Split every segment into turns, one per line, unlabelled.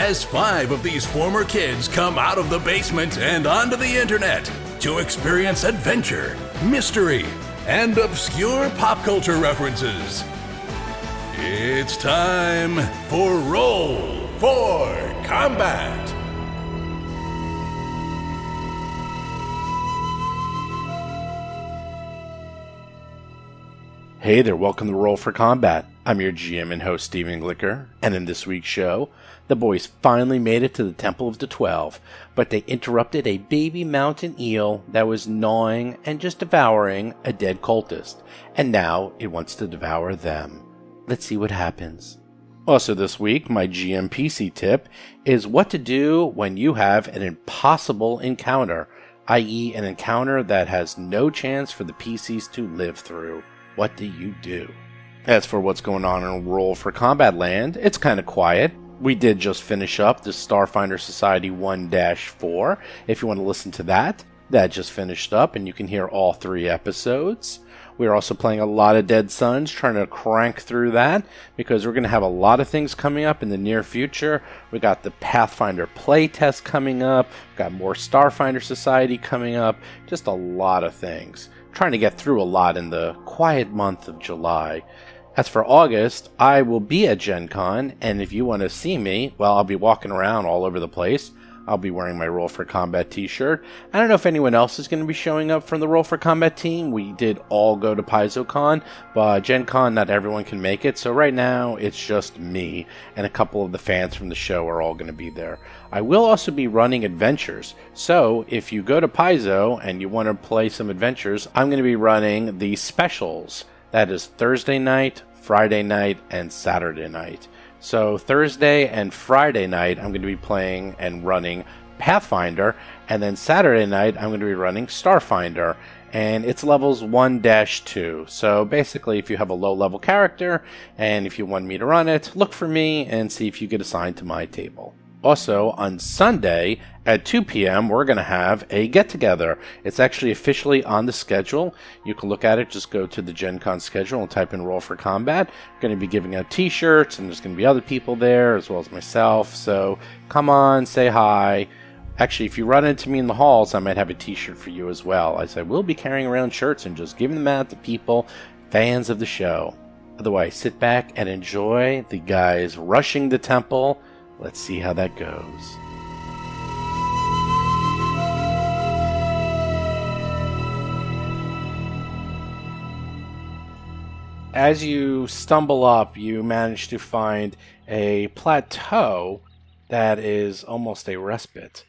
as five of these former kids come out of the basement and onto the internet to experience adventure, mystery, and obscure pop culture references. It's time for Roll for Combat.
Hey there, welcome to Roll for Combat. I'm your GM and host, Steven Glicker, and in this week's show, the boys finally made it to the Temple of the Twelve, but they interrupted a baby mountain eel that was gnawing and just devouring a dead cultist, and now it wants to devour them. Let's see what happens. Also, this week, my GMPC tip is what to do when you have an impossible encounter, i.e., an encounter that has no chance for the PCs to live through what do you do? As for what's going on in Roll for Combat Land, it's kind of quiet. We did just finish up the Starfinder Society 1 4. If you want to listen to that, that just finished up, and you can hear all three episodes. We're also playing a lot of Dead Sons, trying to crank through that because we're going to have a lot of things coming up in the near future. We got the Pathfinder playtest coming up, we got more Starfinder Society coming up, just a lot of things trying to get through a lot in the quiet month of July. As for August, I will be at Gen Con, and if you want to see me, well, I'll be walking around all over the place. I'll be wearing my Roll for Combat t shirt. I don't know if anyone else is going to be showing up from the Roll for Combat team. We did all go to PaizoCon, but Gen Con, not everyone can make it, so right now it's just me, and a couple of the fans from the show are all going to be there. I will also be running adventures, so if you go to Paizo and you want to play some adventures, I'm going to be running the specials. That is Thursday night, Friday night, and Saturday night. So Thursday and Friday night, I'm going to be playing and running Pathfinder, and then Saturday night, I'm going to be running Starfinder, and it's levels 1 2. So basically, if you have a low level character and if you want me to run it, look for me and see if you get assigned to my table. Also, on Sunday at 2 p.m., we're going to have a get together. It's actually officially on the schedule. You can look at it, just go to the Gen Con schedule and type in Roll for Combat. going to be giving out t shirts, and there's going to be other people there as well as myself. So come on, say hi. Actually, if you run into me in the halls, I might have a t shirt for you as well. As I will be carrying around shirts and just giving them out to people, fans of the show. Otherwise, sit back and enjoy the guys rushing the temple. Let's see how that goes. As you stumble up, you manage to find a plateau that is almost a respite.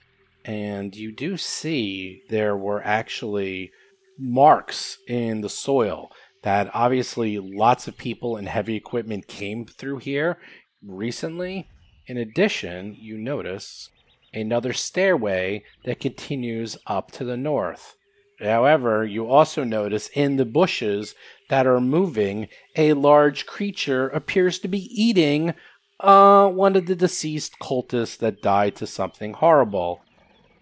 And you do see there were actually marks in the soil that obviously lots of people and heavy equipment came through here recently, in addition, you notice another stairway that continues up to the north. However, you also notice in the bushes that are moving, a large creature appears to be eating uh, one of the deceased cultists that died to something horrible.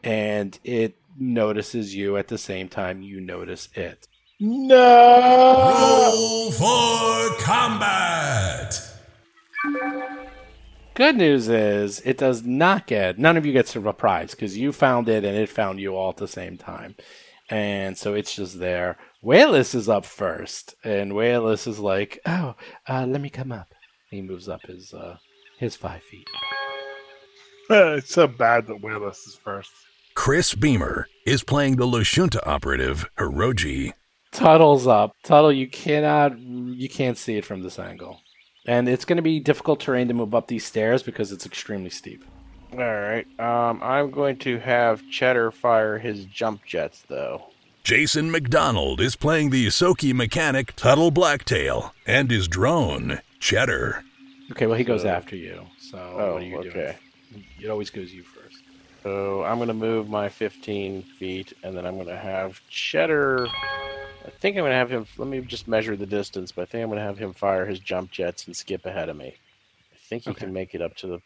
And it notices you at the same time you notice it.
Roll for combat.
Good news is it does not get none of you get surprised because you found it and it found you all at the same time. And so it's just there. Wayless is up first, and Wayless is like, "Oh, uh, let me come up." He moves up his uh, his five feet.
it's so bad that Willis is first.
Chris Beamer is playing the Lashunta operative, Hiroji.
Tuttle's up. Tuttle, you cannot you can't see it from this angle, and it's going to be difficult terrain to move up these stairs because it's extremely steep.
All right. Um, I'm going to have Cheddar fire his jump jets, though.
Jason McDonald is playing the Soki mechanic, Tuttle Blacktail, and his drone, Cheddar.
oh, Okay, well he goes after you. So what are you doing?
okay.
It always goes you first.
So I'm going to move my 15 feet, and then I'm going to have Cheddar. I think I'm going to have him. Let me just measure the distance, but I think I'm going to have him fire his jump jets and skip ahead of me. I think he can make it up to the.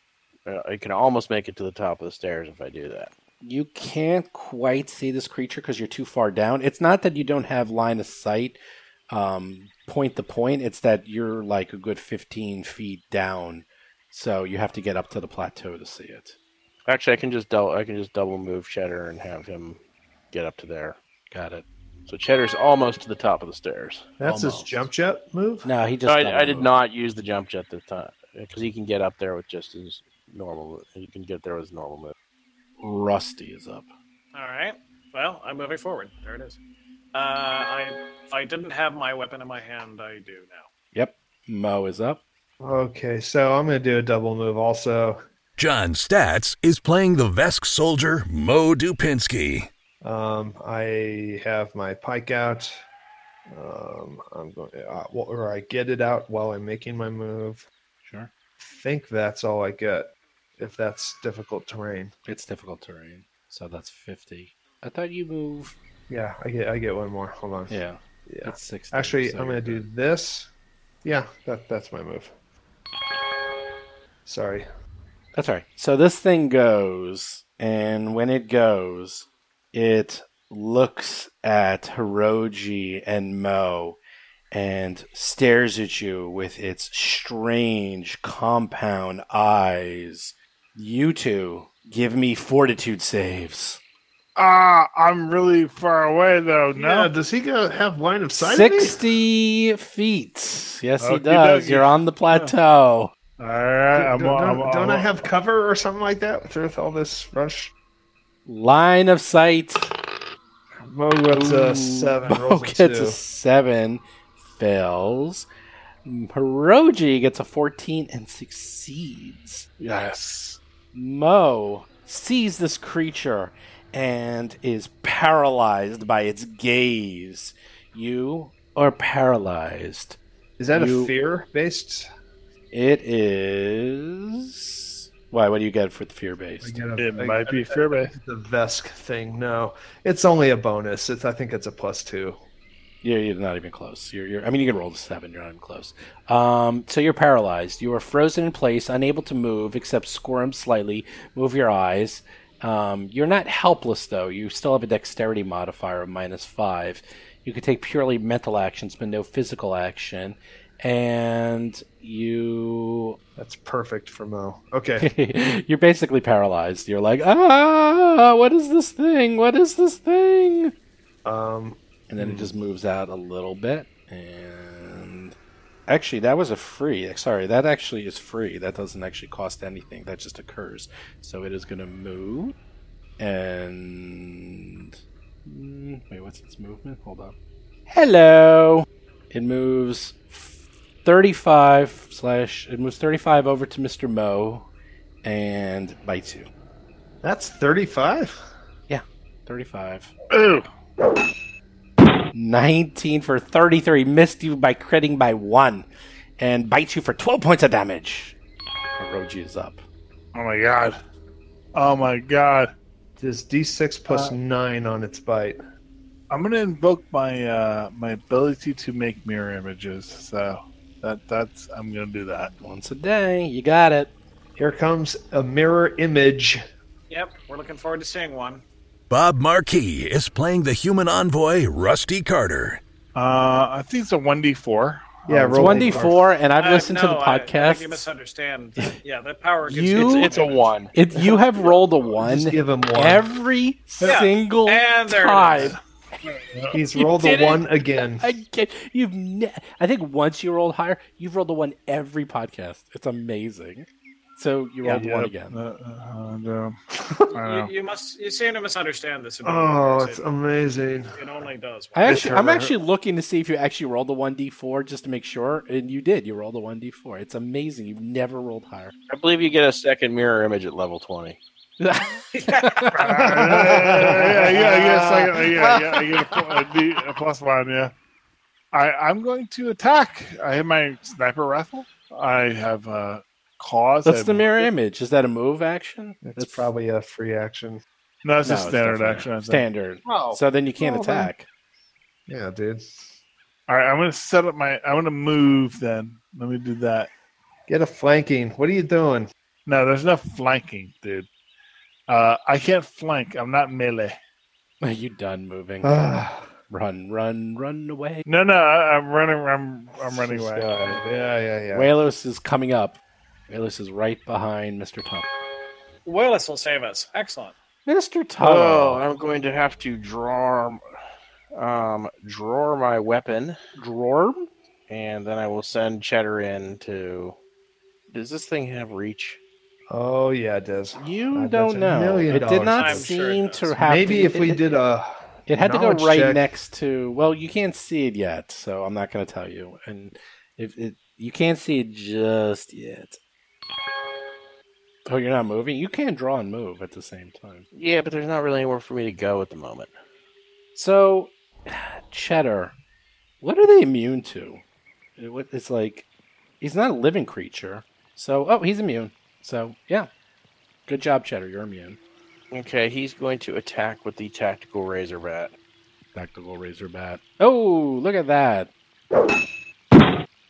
Uh, he can almost make it to the top of the stairs if I do that.
You can't quite see this creature because you're too far down. It's not that you don't have line of sight, um, point to point. It's that you're like a good 15 feet down, so you have to get up to the plateau to see it.
Actually, I can just double. I can just double move Cheddar and have him get up to there.
Got it.
So Cheddar's almost to the top of the stairs.
That's
Almost.
his jump jet move.
No, he
No,
just.
I,
double
I did
moved.
not use the jump jet this time because he can get up there with just his normal. He can get there with his normal move.
Rusty is up.
All right. Well, I'm moving forward. There it is. Uh, I I didn't have my weapon in my hand. I do now.
Yep. Mo is up.
Okay, so I'm gonna do a double move also.
John Statz is playing the Vesk soldier Mo Dupinsky.
Um, I have my pike out. Um, I'm going, uh, well, or I get it out while I'm making my move.
Sure.
think that's all I get. If that's difficult terrain,
It's difficult terrain, so that's 50. I thought you move.
yeah, I get I get one more. Hold on.
Yeah.
Yeah.
That's 60.
Actually,
so
I'm gonna
you're
do
good.
this. Yeah, that that's my move. Sorry.
That's all right. So this thing goes, and when it goes, it looks at Hiroji and Mo and stares at you with its strange compound eyes. You two, give me fortitude saves.
Ah, I'm really far away though. No,
Yeah, does he go have line of sight? of me?
60 feet. Yes, Oh, he
Okey
does.
dokey.
You're on the plateau.
all right. I'm,
don't
I'm-
don't- don't
I'm-
I have cover or something like that with- with all this rush?
Line of sight.
Mo gets a
Ooh,
uh, seven.
Bo
rolls a
gets
two.
a seven, fails. Hiroji gets a 14 and succeeds.
Yes.
Mo sees this creature and is paralyzed by its gaze. You are paralyzed.
Is that
You-
a fear based?
It is. Why? What do you get for the fear based?
It might be fear based.
the Vesk thing. No, it's only a bonus. It's I think it's a plus two.
You're, you're not even close. You're, you're, I mean, you can roll the seven. You're not even close. Um, so you're paralyzed. You are frozen in place, unable to move except squirm slightly, move your eyes. Um, you're not helpless though. You still have a dexterity modifier of minus five. You can take purely mental actions, but no physical action. And you
That's perfect for Mo. Okay,
you're basically paralyzed. You're like, ah, what is this thing? What is this thing?
um,
and then it just moves out a little bit and actually that was a free sorry that actually is free that doesn't actually cost anything that just occurs so it is going to move and Mm, wait what's its movement hold on hello it moves 35 slash it moves 35 over to mr mo and bites you
that's thirty-five.
35
Ooh.
19 for 33. Missed you by critting by one. And bites you for 12 points of damage. Roji is up.
Oh my god. Oh my god.
Does D6
Uh,
plus nine on its bite?
I'm gonna invoke my uh my ability to make mirror images. So that that's I'm gonna do that.
Once a day. You got it.
Here comes a mirror image.
Yep. We're looking forward to seeing one.
Bob Marquis is playing the human envoy Rusty Carter.
Uh I think it's a one D four.
Yeah,
Oh, It's
roll
1d4, and I've
Uh,
listened to
no,
the
I- I think you
podcast.
misunderstand. yeah, that power. Gets
You-
It's, it's a one.
It, you have rolled a
Just
1
give him one.
every
Yeah.
single
And there it is.
time.
He's
You
rolled
did
a
it.
one again.
I, get, you've ne- I think once you rolled higher, you've rolled a 1 every podcast. It's amazing. So you rolled 1
Uh,
again.
um,
You, you must. You seem to misunderstand this. in
Oh,
other
it's
words.
amazing.
it, it only does.
I actually, I'm
Determiner.
actually looking to see if you actually rolled a 1d4 just to make sure, and you did. You rolled a 1d4. It's amazing. You've never rolled higher.
I believe you get a second mirror image at level twenty.
Uh, yeah, yeah, yes, I, got- yeah, yeah, I get a, pl- a D- a plus one. Yeah, I, I'm going to attack. I have uh, my sniper rifle. I have a cause.
That's
I
the
move
mirror
it?
image. Is that a move action?
It's
That's-
probably a free action.
No, it's
No,
a
it's
standard
definitely
action. I think.
Standard.
Oh,
So then you can't
Well, then-
attack.
yeah, dude.
All right, I'm gonna set up my. I'm gonna move. Then let me do that.
Get a flanking. What are you doing?
No, there's no flanking, dude. Uh, I can't flank. I'm not melee.
Are you done moving?
Ah,
run, run, run away.
No, no, I, I'm running. I'm I'm running
this
away.
guy. Yeah, yeah, yeah.
Walos is coming up. Walos is right behind Mr. Tump.
Willis will save us. Excellent.
Mr. Tump.
Oh, I'm going to have to draw, um, draw my weapon,
Drawer?
and then I will send Cheddar in to. Does this thing have reach?
Oh yeah, it does.
You
Uh, that's
don't
a
know.
million
It did
dollars.
not
I'm sure it
seem
does.
to have.
Maybe
to-
if we
it-
did a
It had to go
knowledge
right
check.
next to. Well, you can't see it yet, so I'm not going to tell you. And if it, you can't see it just yet. Oh, you're not moving. You can draw and move at the same time.
Yeah, but there's not really anywhere for me to go at the moment.
So, Cheddar, what are they immune to? It- what- It's like he's not a living creature. So, oh, he's immune. So, yeah, good job, Cheddar. You're immune.
Okay, he's going to attack with the tactical razor bat.
Tactical razor bat. Oh, look at that!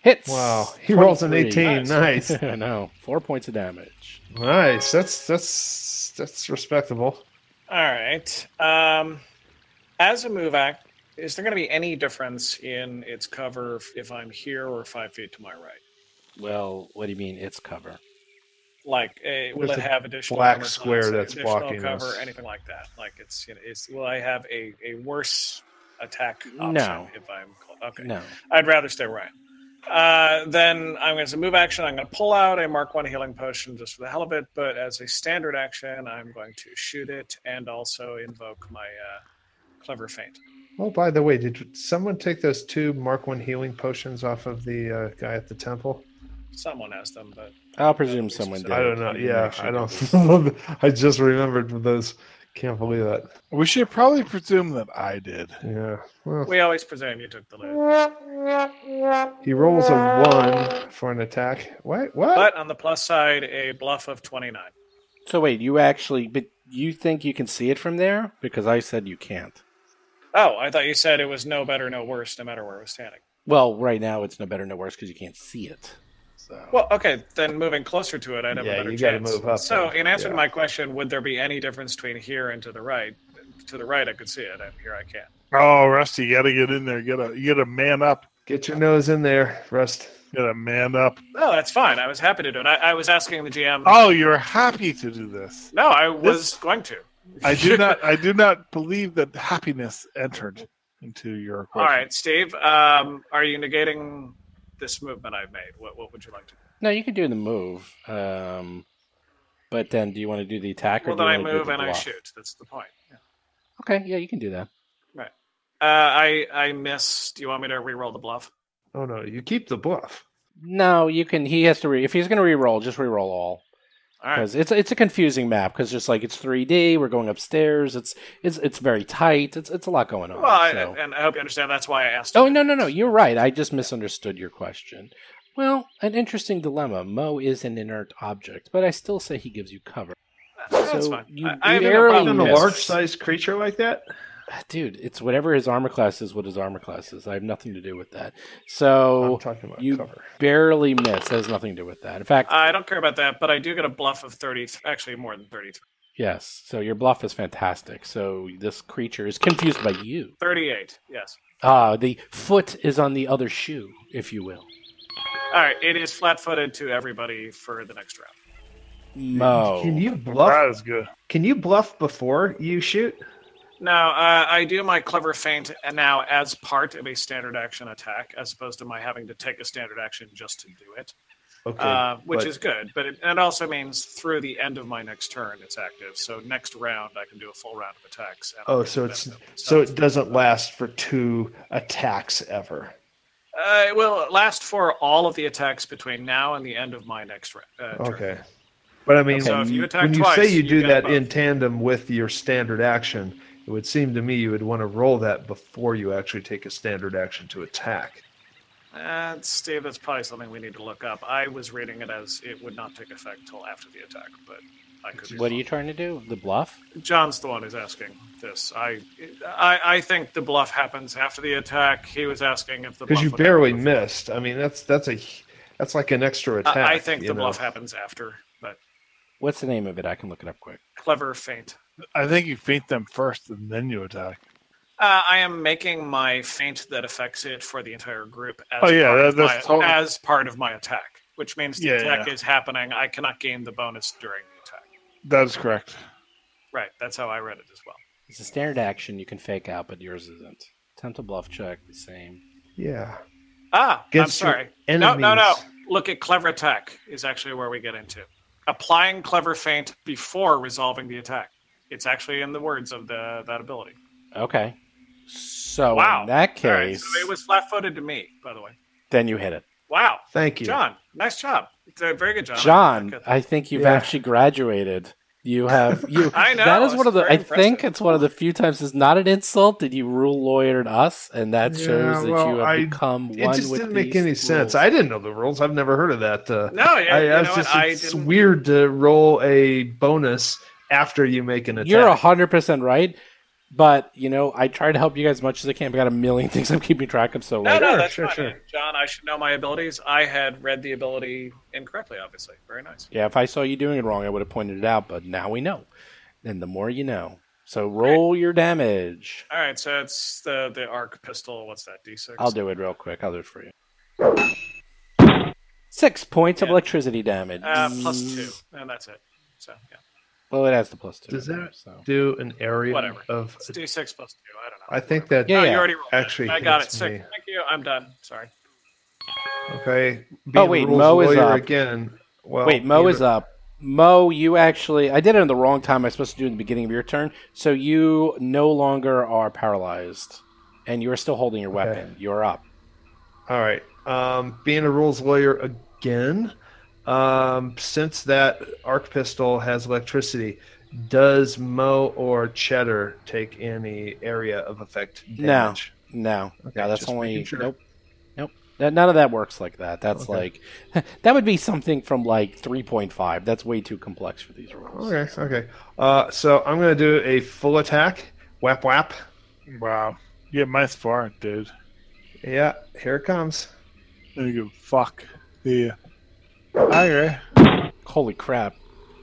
Hits.
wow. He rolls an
23.
eighteen. Nice,
I know. Four points of damage.
nice. That's that's that's respectable.
All right. Um, as a move act, is there going to be any difference in its cover f- if I'm here or five feet to my right?
Well, what do you mean it's cover?
Like, uh, will
There's
it
a
have additional
black
armor class,
square that's
additional
blocking
cover,
us.
anything like that? Like, it's you know, it's will I have a, a worse attack option
No.
if I'm cl- okay?
No.
I'd rather stay where I am. Uh, then I'm going to move action. I'm going to pull out a Mark One healing potion just for the hell of it. But as a standard action, I'm going to shoot it and also invoke my uh, clever feint.
Oh, by the way, did someone take those two Mark One healing potions off of the uh, guy at the temple?
Someone has them, but
I'll presume someone did.
I don't know.
You
Yeah,
actually
I
did.
don't. I just remembered those. Can't believe that.
We should probably presume that I did.
Yeah. Well,
we always presume you took the loot.
He rolls a one for an attack. What? What?
But on the plus side, a bluff of 29.
So wait, you actually, but you think you can see it from there? Because I said you can't.
Oh, I thought you said it was no better, no worse, no matter where it was standing.
Well, right now it's no better, no worse because you can't see it. So
Well, okay, then moving closer to it, I'd have
Yeah,
a better
you gotta
chance.
move up
so,
then.
in answer to
Yeah.
my question, would there be any difference between here and to the right? To the right, I could see it, and here I can't.
Oh, Rusty, you gotta get in there. Get a you gotta man up.
Get your nose in there, Rust.
Get a man up.
No, that's fine. I was happy to do it. I, I was asking the GM.
Oh, you're happy to do this.
No, I was going to.
I do not. I do not believe that happiness entered into your.
All right, Steve. Um, are you negating this movement I've made? What What would you like to? do?
no, you can do the move. Um, but then, do you want to do the attack?
Well,
or do
then I
you wanna do
move
the
and I
bluff?
shoot. That's the point. Yeah.
Okay, yeah, you can do that.
Uh, I I miss. Do you want me to re-roll the bluff?
Oh no, you keep the bluff.
No, you can. He has to. Re- if he's going to re-roll, just re-roll all
All right.
because it's it's a confusing map because just like it's 3D, we're going upstairs. It's it's it's very tight. It's it's a lot going on.
Well, I,
so-
and I hope you understand. That's why I asked.
Oh
you.
no no no! You're right. I just misunderstood your question. Well, an interesting dilemma. Mo is an inert object, but I still say he gives you cover.
That's
so
fine.
you-
I, I
you
have no
barely
problem.
Even a
Yes.
large-sized creature like that.
Dude, it's whatever his armor class is. What his armor class is. I have nothing to do with that.
I'm
So
talking about
you-
cover.
barely miss has nothing to do with that. In fact,
I don't care about that, but I do get a bluff of thirty. Actually, more than 33.
yes. So your bluff is fantastic. So this creature is confused by you.
38, Yes.
Ah, the foot is on the other shoe, if you will.
All right. It is flat-footed to everybody for the next round. Oh.
Mo.
Can you
That
bluff?
is good.
Can you bluff before you shoot?
Now, uh, I do my clever feint now as part of a standard action attack, as opposed to my having to take a standard action just to do it,
Okay.
uh, which
but-
is good. But it, it also means through the end of my next turn, it's active. So next round, I can do a full round of attacks. and I'll
Oh,
get
so
the
it's
benefit.
so it doesn't last for two attacks ever.
uh, it will last for all of the attacks between now and the end of my next round. Uh, turn.
Okay. But I mean,
So if
when
you
you,
attack
when you
twice,
say you
you
do
get
that
both.
in tandem with your standard action, it would seem to me you would want to roll that before you actually take a standard action to attack.
Uh, Steve, that's probably something we need to look up. I was reading it as it would not take effect till after the attack, but I could. be
What are you
wrong.
trying to do? The bluff?
John's the one who's asking this. I, I, I think the bluff happens after the attack. He was asking if the
because
bluff
you
would happen
barely
before.
missed. I mean, that's that's a that's like an extra attack.
I, I think
you
the
know.
bluff happens after, but
What's the name of it? I can look it up quick.
clever feint.
I think you feint them first and then you attack.
Uh, I am making my feint that affects it for the entire group as,
Oh, yeah,
part, of
that- that's
my,
totally-
as part of my attack, which means the
Yeah,
attack
yeah.
is happening. I cannot gain the bonus during the attack.
That is correct.
Right, that's how I read it as well.
It's a standard action you can fake out, but yours isn't. Attempt a bluff check, the same.
Yeah.
Ah,
Against
I'm
your
sorry. No, no, no.
enemies.
Look at clever attack is actually where we get into applying clever feint before resolving the attack. It's actually in the words of the that ability.
Okay. So
Wow.
in that
All right,
case,
so it was flat-footed to me, by the way.
then you hit it.
Wow,
Thank you.
John, nice job. It's a very good job.
John,
Good.
I think you've
Yeah.
actually graduated. You have you.
I know,
That is
it's
one of the.
very
I think
impressive.
it's one of the few times. It's not an insult that you rule lawyered us, and that
Yeah,
shows that you
well,
have
I-
become
It
one
just
with
didn't make
these
any
rules.
sense. I didn't know the rules. I've never heard of that. Uh,
no, yeah,
I,
you
I
know
was
what?
just
I
it's
didn't-
weird to roll a bonus after you make an attack.
You're hundred percent right. But you know, I try to help you guys as much as I can. I got a million things I'm keeping track of. So
No,
like,
no,
Sure,
that's
sure,
fine.
sure.
John, I should know my abilities. I had read the ability incorrectly, obviously. Very nice.
yeah, if I saw you doing it wrong, I would have pointed it out. But now we know, and the more you know. So roll your damage.
All right, so it's the the arc pistol. What's that? D six.
I'll do it real quick. I'll do it for you. Six points of
Yeah.
electricity damage. Mm.
Uh, plus two, and that's it. So yeah,
Well, it has the plus two.
Does
in there,
that-
so.
Do an area
Whatever.
of.
it's D six plus two. I don't know.
I think that
Yeah,
no,
yeah.
you already rolled. it.
actually
I got it.
hits
Sick.
me.
Thank you. I'm done. Sorry.
okay.
Oh,
being
wait,
rules
Mo is
lawyer
up.
again. Well,
Wait, Mo
Oh, you-
is up. Mo, you actually I did it in the wrong time I was supposed to do it in the beginning of your turn. So you no longer are paralyzed. And you're still holding your weapon. You're up.
All right. Um, being a rules lawyer again, um, since that arc pistol has electricity, does Mo or Cheddar take any area of effect
No.
damage?
No.
Okay,
no, that's
just
only
making sure.
nope. Nope. That, none of that works like that. That's
Okay.
like that would be something from like three point five. That's way too complex for these rules.
Okay, okay. Uh, so I'm going to do a full attack. Whap, whap.
Wow. Yeah, mine's far, dude.
Yeah, here it comes.
You go, fuck. The. I agree.
Holy crap.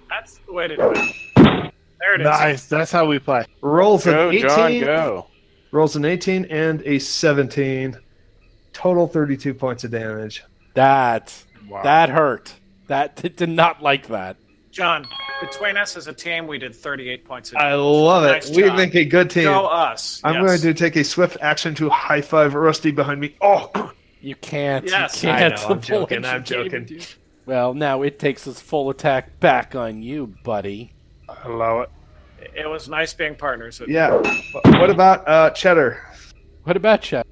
That's the way to do it. There it is.
Nice. That's how we play.
Rolls
Go,
an 18.
John, go.
Rolls an 18 and a 17. Total 32 points of damage.
That
Wow.
that hurt. That did not like that.
John, between us as a team, we did 38 points.
I love it.
Nice
we
job.
make a good team.
Go us.
I'm
yes.
going to take a swift action to high five Rusty behind me. Oh,
You can't.
Yes,
you
I
can't.
know,
The
I'm joking,
bullets
I'm
you gave
joking.
me. Well, now it takes its full attack back on you, buddy.
Allow it.
It was nice being partners. It-
yeah. Wh- What about uh, Cheddar?
What about Chet?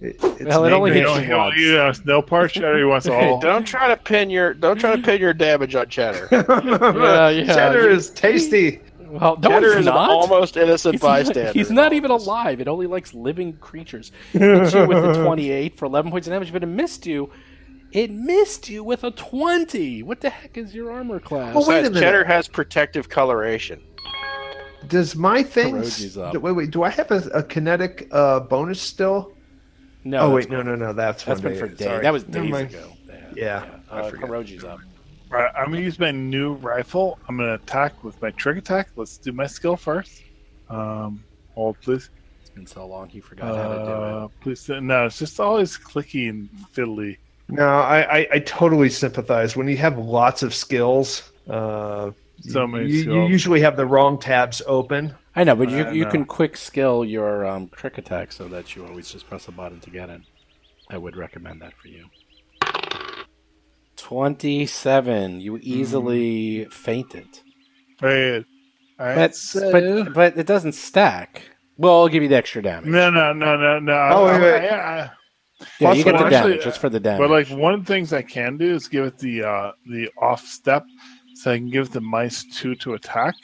It- it's
Well, it only
an
You
hits
ignorant-
know,
you
he'll,
once.
you know, no part shatter. He wants all.
Don't try to pin your don't try to pin your damage on Cheddar.
Yeah, yeah.
Cheddar is tasty.
Well, no,
Cheddar
it's
is an
not.
almost innocent
he's not,
bystander.
he's not even alive. It only likes living creatures. It hit you with the 28 for 11 points of damage, but it missed you. It missed you with a 20. What the heck is your armor class?
Well, Oh, wait a minute.
Cheddar has protective coloration.
Does my thing?
Hiroji's up.
do- Wait, wait. Do I have a, a kinetic uh, bonus still?
no,
Oh,
that's-
wait, no, no, no. That's
that's
one
been for days.
Sorry.
That was
Never
days
mind.
ago. Yeah.
Yeah, I
Uh,
forget.
Karoji's up.
Right, I'm gonna use my new rifle. I'm gonna attack with my trick attack. Let's do my skill first. Um, hold please.
It's been so long, he forgot how to do it.
Uh, please no. It's just always clicky and fiddly.
No, I, I, I totally sympathize. When you have lots of skills, uh,
So
you-
many
you, you
skills.
usually have the wrong tabs open.
I know, but you,
I
you
know.
can quick skill your um, trick attack so that you always just press a button to get it. I would recommend that for you. 27. You easily
Mm-hmm.
fainted.
Right. All right.
But,
so-
but, but it doesn't stack. Well, I'll give you the extra damage.
no, no, no, no, no.
Oh, wait, wait.
I- I-
yeah,
plus
you get the
one.
damage.
Actually, uh,
it's for the damage.
But like one of the things I can do is give it the uh, the off step, so I can give the mice two to attack.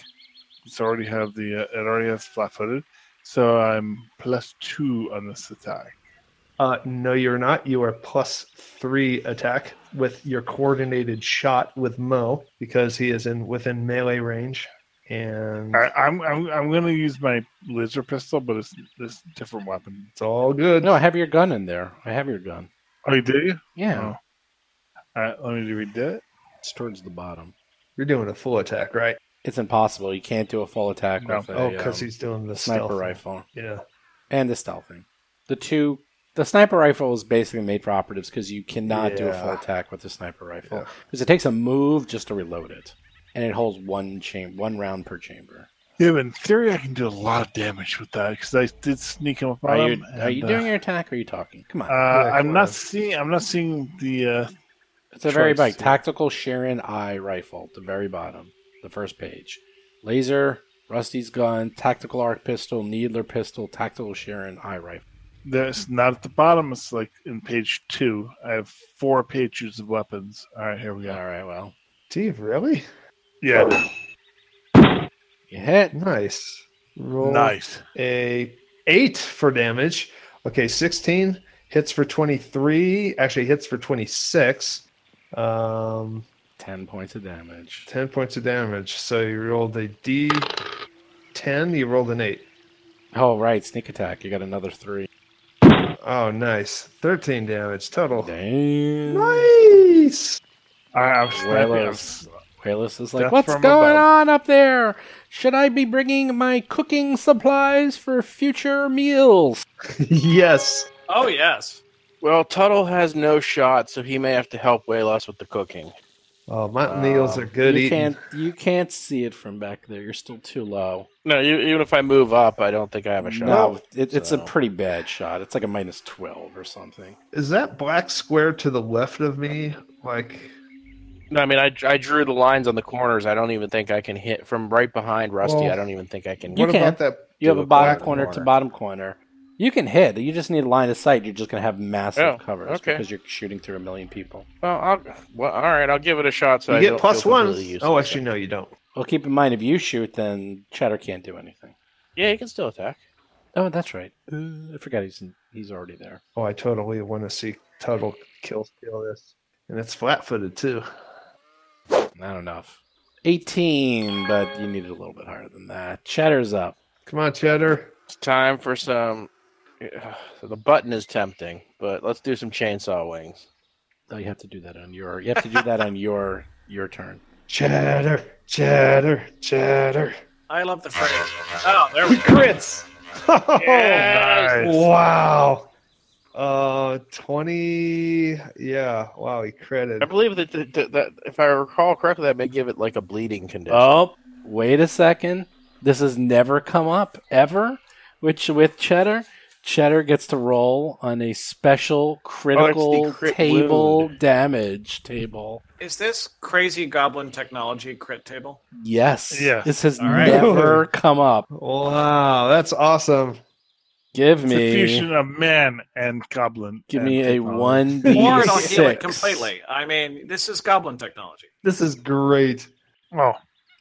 It's already have the uh, it already has flat footed, so I'm plus two on this attack.
Uh, no, you're not. You are plus three attack with your coordinated shot with Mo because he is in within melee range. And
I, I'm, I'm I'm gonna use my laser pistol, but it's this different weapon.
it's all good.
No, I have your gun in there. I have your gun.
Oh, you do? All
Yeah.
right, let me do read it.
It's towards the bottom.
You're doing a full attack, right?
It's impossible. You can't do a full attack
No.
with a
Oh, because
um,
he's doing the
sniper
stealth.
rifle
Yeah.
and the stealthing. The two. The sniper rifle is basically made for operatives because you cannot do a full
Yeah.
attack with the sniper rifle because it takes a move just to reload it, and it holds one cham- one round per chamber.
Yeah, but in theory, I can do a lot of damage with that because I did sneak him up on
Are
him.
you are
and,
you
uh,
doing your attack? or Are you talking? Come on.
Uh, I'm not seeing. I'm not seeing the. Uh,
It's a very
choice,
big
yeah.
tactical Sharon eye rifle, the very bottom, the first page. Laser, Rusty's gun, tactical arc pistol, needler pistol, tactical Sharon eye rifle.
there's not at the bottom. It's like in page two. I have four pages of weapons. All right, here we go.
All right, well,
Steve, really?
Yeah,
you hit.
Nice.
Oh,
Roll
nice.
a eight for damage. Okay, 16 hits for 23. Actually, hits for 26. Um,
Ten points of damage.
10 points of damage. So you rolled a D10, you rolled an eight.
Oh right, sneak attack. You got another three.
Oh, nice. 13 damage total.
Damn.
Nice.
All right, I'm sniping. I'm
Whalers.
s-
Whalus is like,
Death
what's
from
going
above."
on up there? Should I be bringing my cooking supplies for future meals?
yes.
Oh yes.
Well, Tuttle has no shot, so he may have to help Waylos with the cooking.
Oh, mountain eels are good
you
eating.
can't you can't see it from back there. You're still too low.
No, you, even if I move up, I don't think I have a shot.
No, it, it's a
so-
pretty bad shot. It's like a minus twelve or something.
Is that black square to the left of me? Like,
No, I mean, I, I drew the lines on the corners. I don't even think I can hit from right behind Rusty.
Well,
I don't even think I can.
You
what
can.
about that?
You
Do
have
a
a bottom
black
corner, to
corner.
bottom corner. You can hit. You just need a line of sight. You're just gonna have massive
Oh,
covers
okay.
because you're shooting through a million people.
Well, I'll, well, all right, I'll give it a shot. So
you
I
get
don't
plus
feel
one.
completely useless.
Oh, actually, no, you don't.
Well, keep in mind if you shoot, then Chatter can't do anything.
yeah, you can still attack.
Oh, that's right. Uh, I forgot he's in, he's already there.
Oh, I totally want to see Tuttle kill steal this. And it's flat footed too.
Not enough. Eighteen, but you need it a little bit higher than that. Chatter's up.
Come on, Cheddar.
It's time for some. so the button is tempting, but let's do some chainsaw wings.
Oh, you have to do that on your. You have to do that on your your turn.
Cheddar. Cheddar. Cheddar.
I love the phrase. Oh, there we go.
Crits.
Yes!
Nice.
Oh, wow. Uh, 20. Yeah. Wow, he
I
critted.
believe that, that, that, that if I recall correctly, that may give it like a bleeding condition.
Oh, wait a second. This has never come up ever. Which with Cheddar, Cheddar gets to roll on a special critical
crit
table
wound.
damage table.
Is this crazy goblin technology crit table?
Yes.
Yeah.
This has
All right.
never come up.
Wow, that's awesome.
Give
It's a
me
fusion of man and goblin.
give
and
me a
technology.
one
Or
d
it'll heal it
six.
completely. I mean, this is goblin technology.
This is great.
Oh,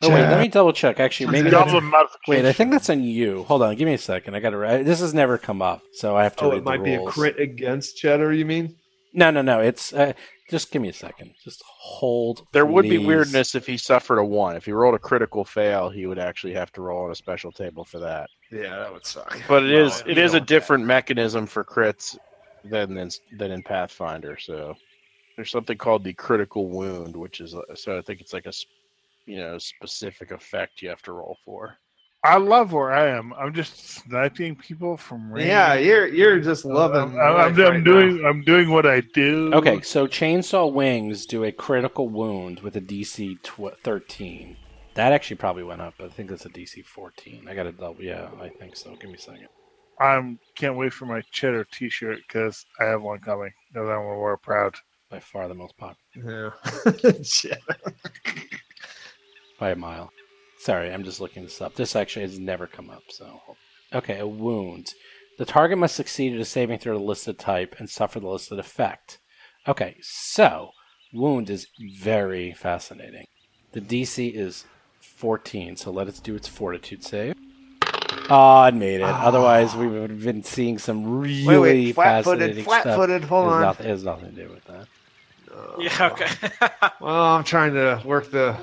Oh wait,
Cheddar.
let me double check. Actually, maybe that's,
goblin modification.
wait. I think that's on you. Hold on, give me a second. I got to. Re- this has never come up, so I have to.
Oh,
read
it might
the
be a
rules.
crit against Cheddar, you mean?
No, no, no. It's uh, just give me a second. Just hold.
There would be
please.
weirdness if he suffered a one. If he rolled a critical fail, he would actually have to roll on a special table for that.
Yeah, that would suck.
But it
No,
is
we
it is
don't
a
want
different mechanism for crits than than than in Pathfinder. So there's something called the critical wound, which is so I think it's like a s- you know specific effect you have to roll for.
I love where I am. I'm just sniping people from range.
Yeah, you're you're just loving.
I'm, I'm,
life
I'm
right now.
doing. I'm doing what I do.
Okay, so chainsaw wings do a critical wound with a DC tw- thirteen. That actually probably went up. but I think that's a DC fourteen. I got to double. Yeah, I think so. Give me a second.
I'm can't wait for my cheddar T-shirt because I have one coming. Because I'm gonna wear it proud.
By far the most popular
Yeah.
by a mile. Sorry, I'm just looking this up. This actually has never come up. So okay, a wound. The target must succeed at a saving throw of the listed type and suffer the listed effect. Okay, so wound is very fascinating. The DC is 14, so let it do its fortitude save. Ah, it made it. Otherwise, we would have been seeing some really
Ah. wait,
E
wait, flat-footed,
fascinating stuff.
flat-footed. Hold
It has
on.
noth- it has nothing to do with that.
Yeah, okay.
Well, I'm trying to work the.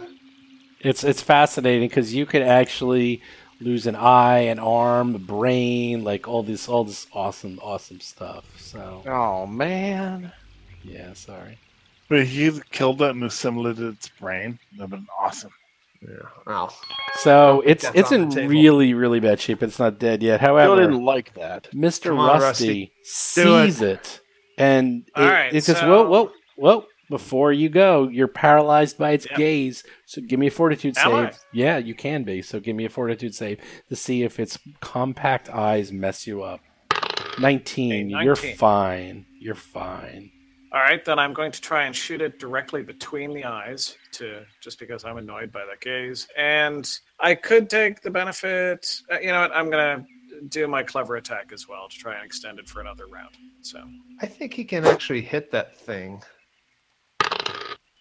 It's it's fascinating because you could actually lose an eye, an arm, a brain, like all this all this awesome awesome stuff. So
Oh man.
yeah, sorry.
But he killed it and assimilated its brain. That'd been awesome.
Wow.
So it's
that's
it's
on
in
the table.
really really bad shape. It's not dead yet.
Bill
However,
didn't like that.
Mister
Come on,
Rusty,
Do
sees it. and it,
All right,
it says,
so-
"Whoa, whoa, whoa!" Before you go, you're paralyzed by its
Yeah.
gaze. So give me a fortitude
Am
save.
I?
Yeah, you can be. So give me a fortitude save to see if its compact eyes mess you up. 19.
Okay,
You're
19.
fine. You're fine.
All right, then I'm going to try and shoot it directly between the eyes to just because I'm annoyed by that gaze. And I could take the benefit. Uh, you know what? I'm going to do my clever attack as well to try and extend it for another round. So
I think he can actually hit that thing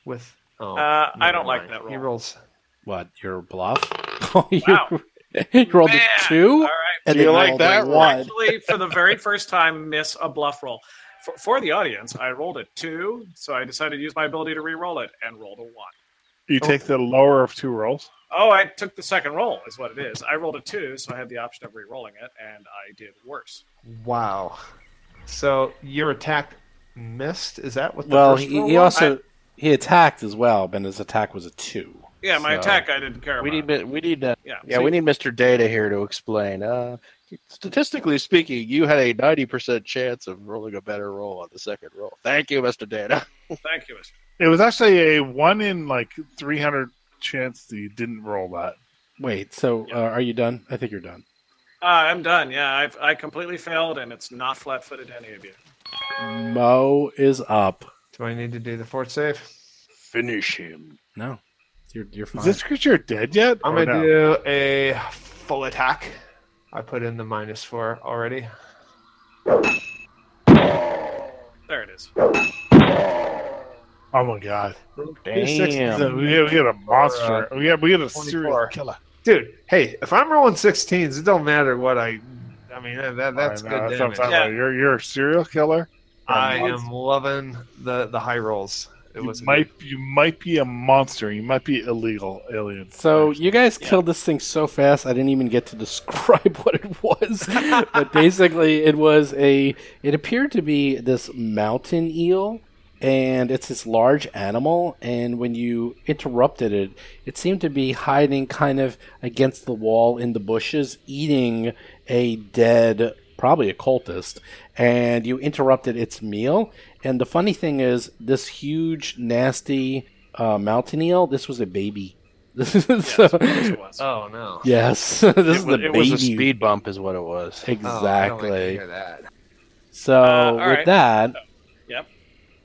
with. Oh,
Uh, I
never
don't like
mind.
that roll.
He rolls.
What? Your bluff? Oh, you,
Wow.
you rolled
Man!
a two?
All right.
And
Do you
then
like
rolled a
that?
one.
Actually, for the very first time, miss a bluff roll. For, for the audience, I rolled a two, so I decided to use my ability to re-roll it and rolled a one.
You take the lower of two rolls.
Oh, I took the second roll, is what it is. I rolled a two, so I had the option of re-rolling it, and I did worse.
Wow. So your attack missed? Is that what the
Well,
first
he,
roll
he
was?
also he attacked as well, but his attack was a two.
Yeah, my
So-
attack I didn't care
We
about.
need mi- we need uh,
yeah,
yeah we need Mr. Data here to explain. Uh, statistically speaking, you had a ninety percent chance of rolling a better roll on the second roll. Thank you, Mr. Data.
thank you. Mr.
It was actually a one in like 300 chance that you didn't roll that.
Wait, so uh, are you done? I think you're done.
Uh, I'm done. Yeah, I've I completely failed, and it's not flat-footed to any of you.
Mo is up.
Do I need to do the fort save?
Finish him.
No, you're you're fine.
Is this creature dead yet?
I'm
Or
gonna
no?
do a full attack. I put in the minus four already.
There it is.
Oh my god.
Damn.
So we, got, we
uh,
got a monster. we got we got a
24.
serial killer.
Dude, hey, if I'm rolling 16s, it don't matter what I. I mean, that, that- that's
I know,
good
that's what I'm
damage.
talking
Yeah.
about. You're you're a serial killer.
I am loving the the high rolls. It
You
was
might you might be a monster. You might be illegal alien.
So you guys killed this thing so fast, I didn't even get to describe what it was. but basically, it was a. It appeared to be this mountain eel, and it's this large animal. And when you interrupted it, it seemed to be hiding kind of against the wall in the bushes, eating a dead, probably a cultist. And you interrupted its meal. And the funny thing is, this huge, nasty uh, mountain eel. This was a baby. This is so,
It was.
Oh no!
yes, this
It,
is the
was, it
baby.
was a speed bump, is what it was.
Oh, I don't like to
Exactly.
hear that.
so
Uh, all
with
right.
that,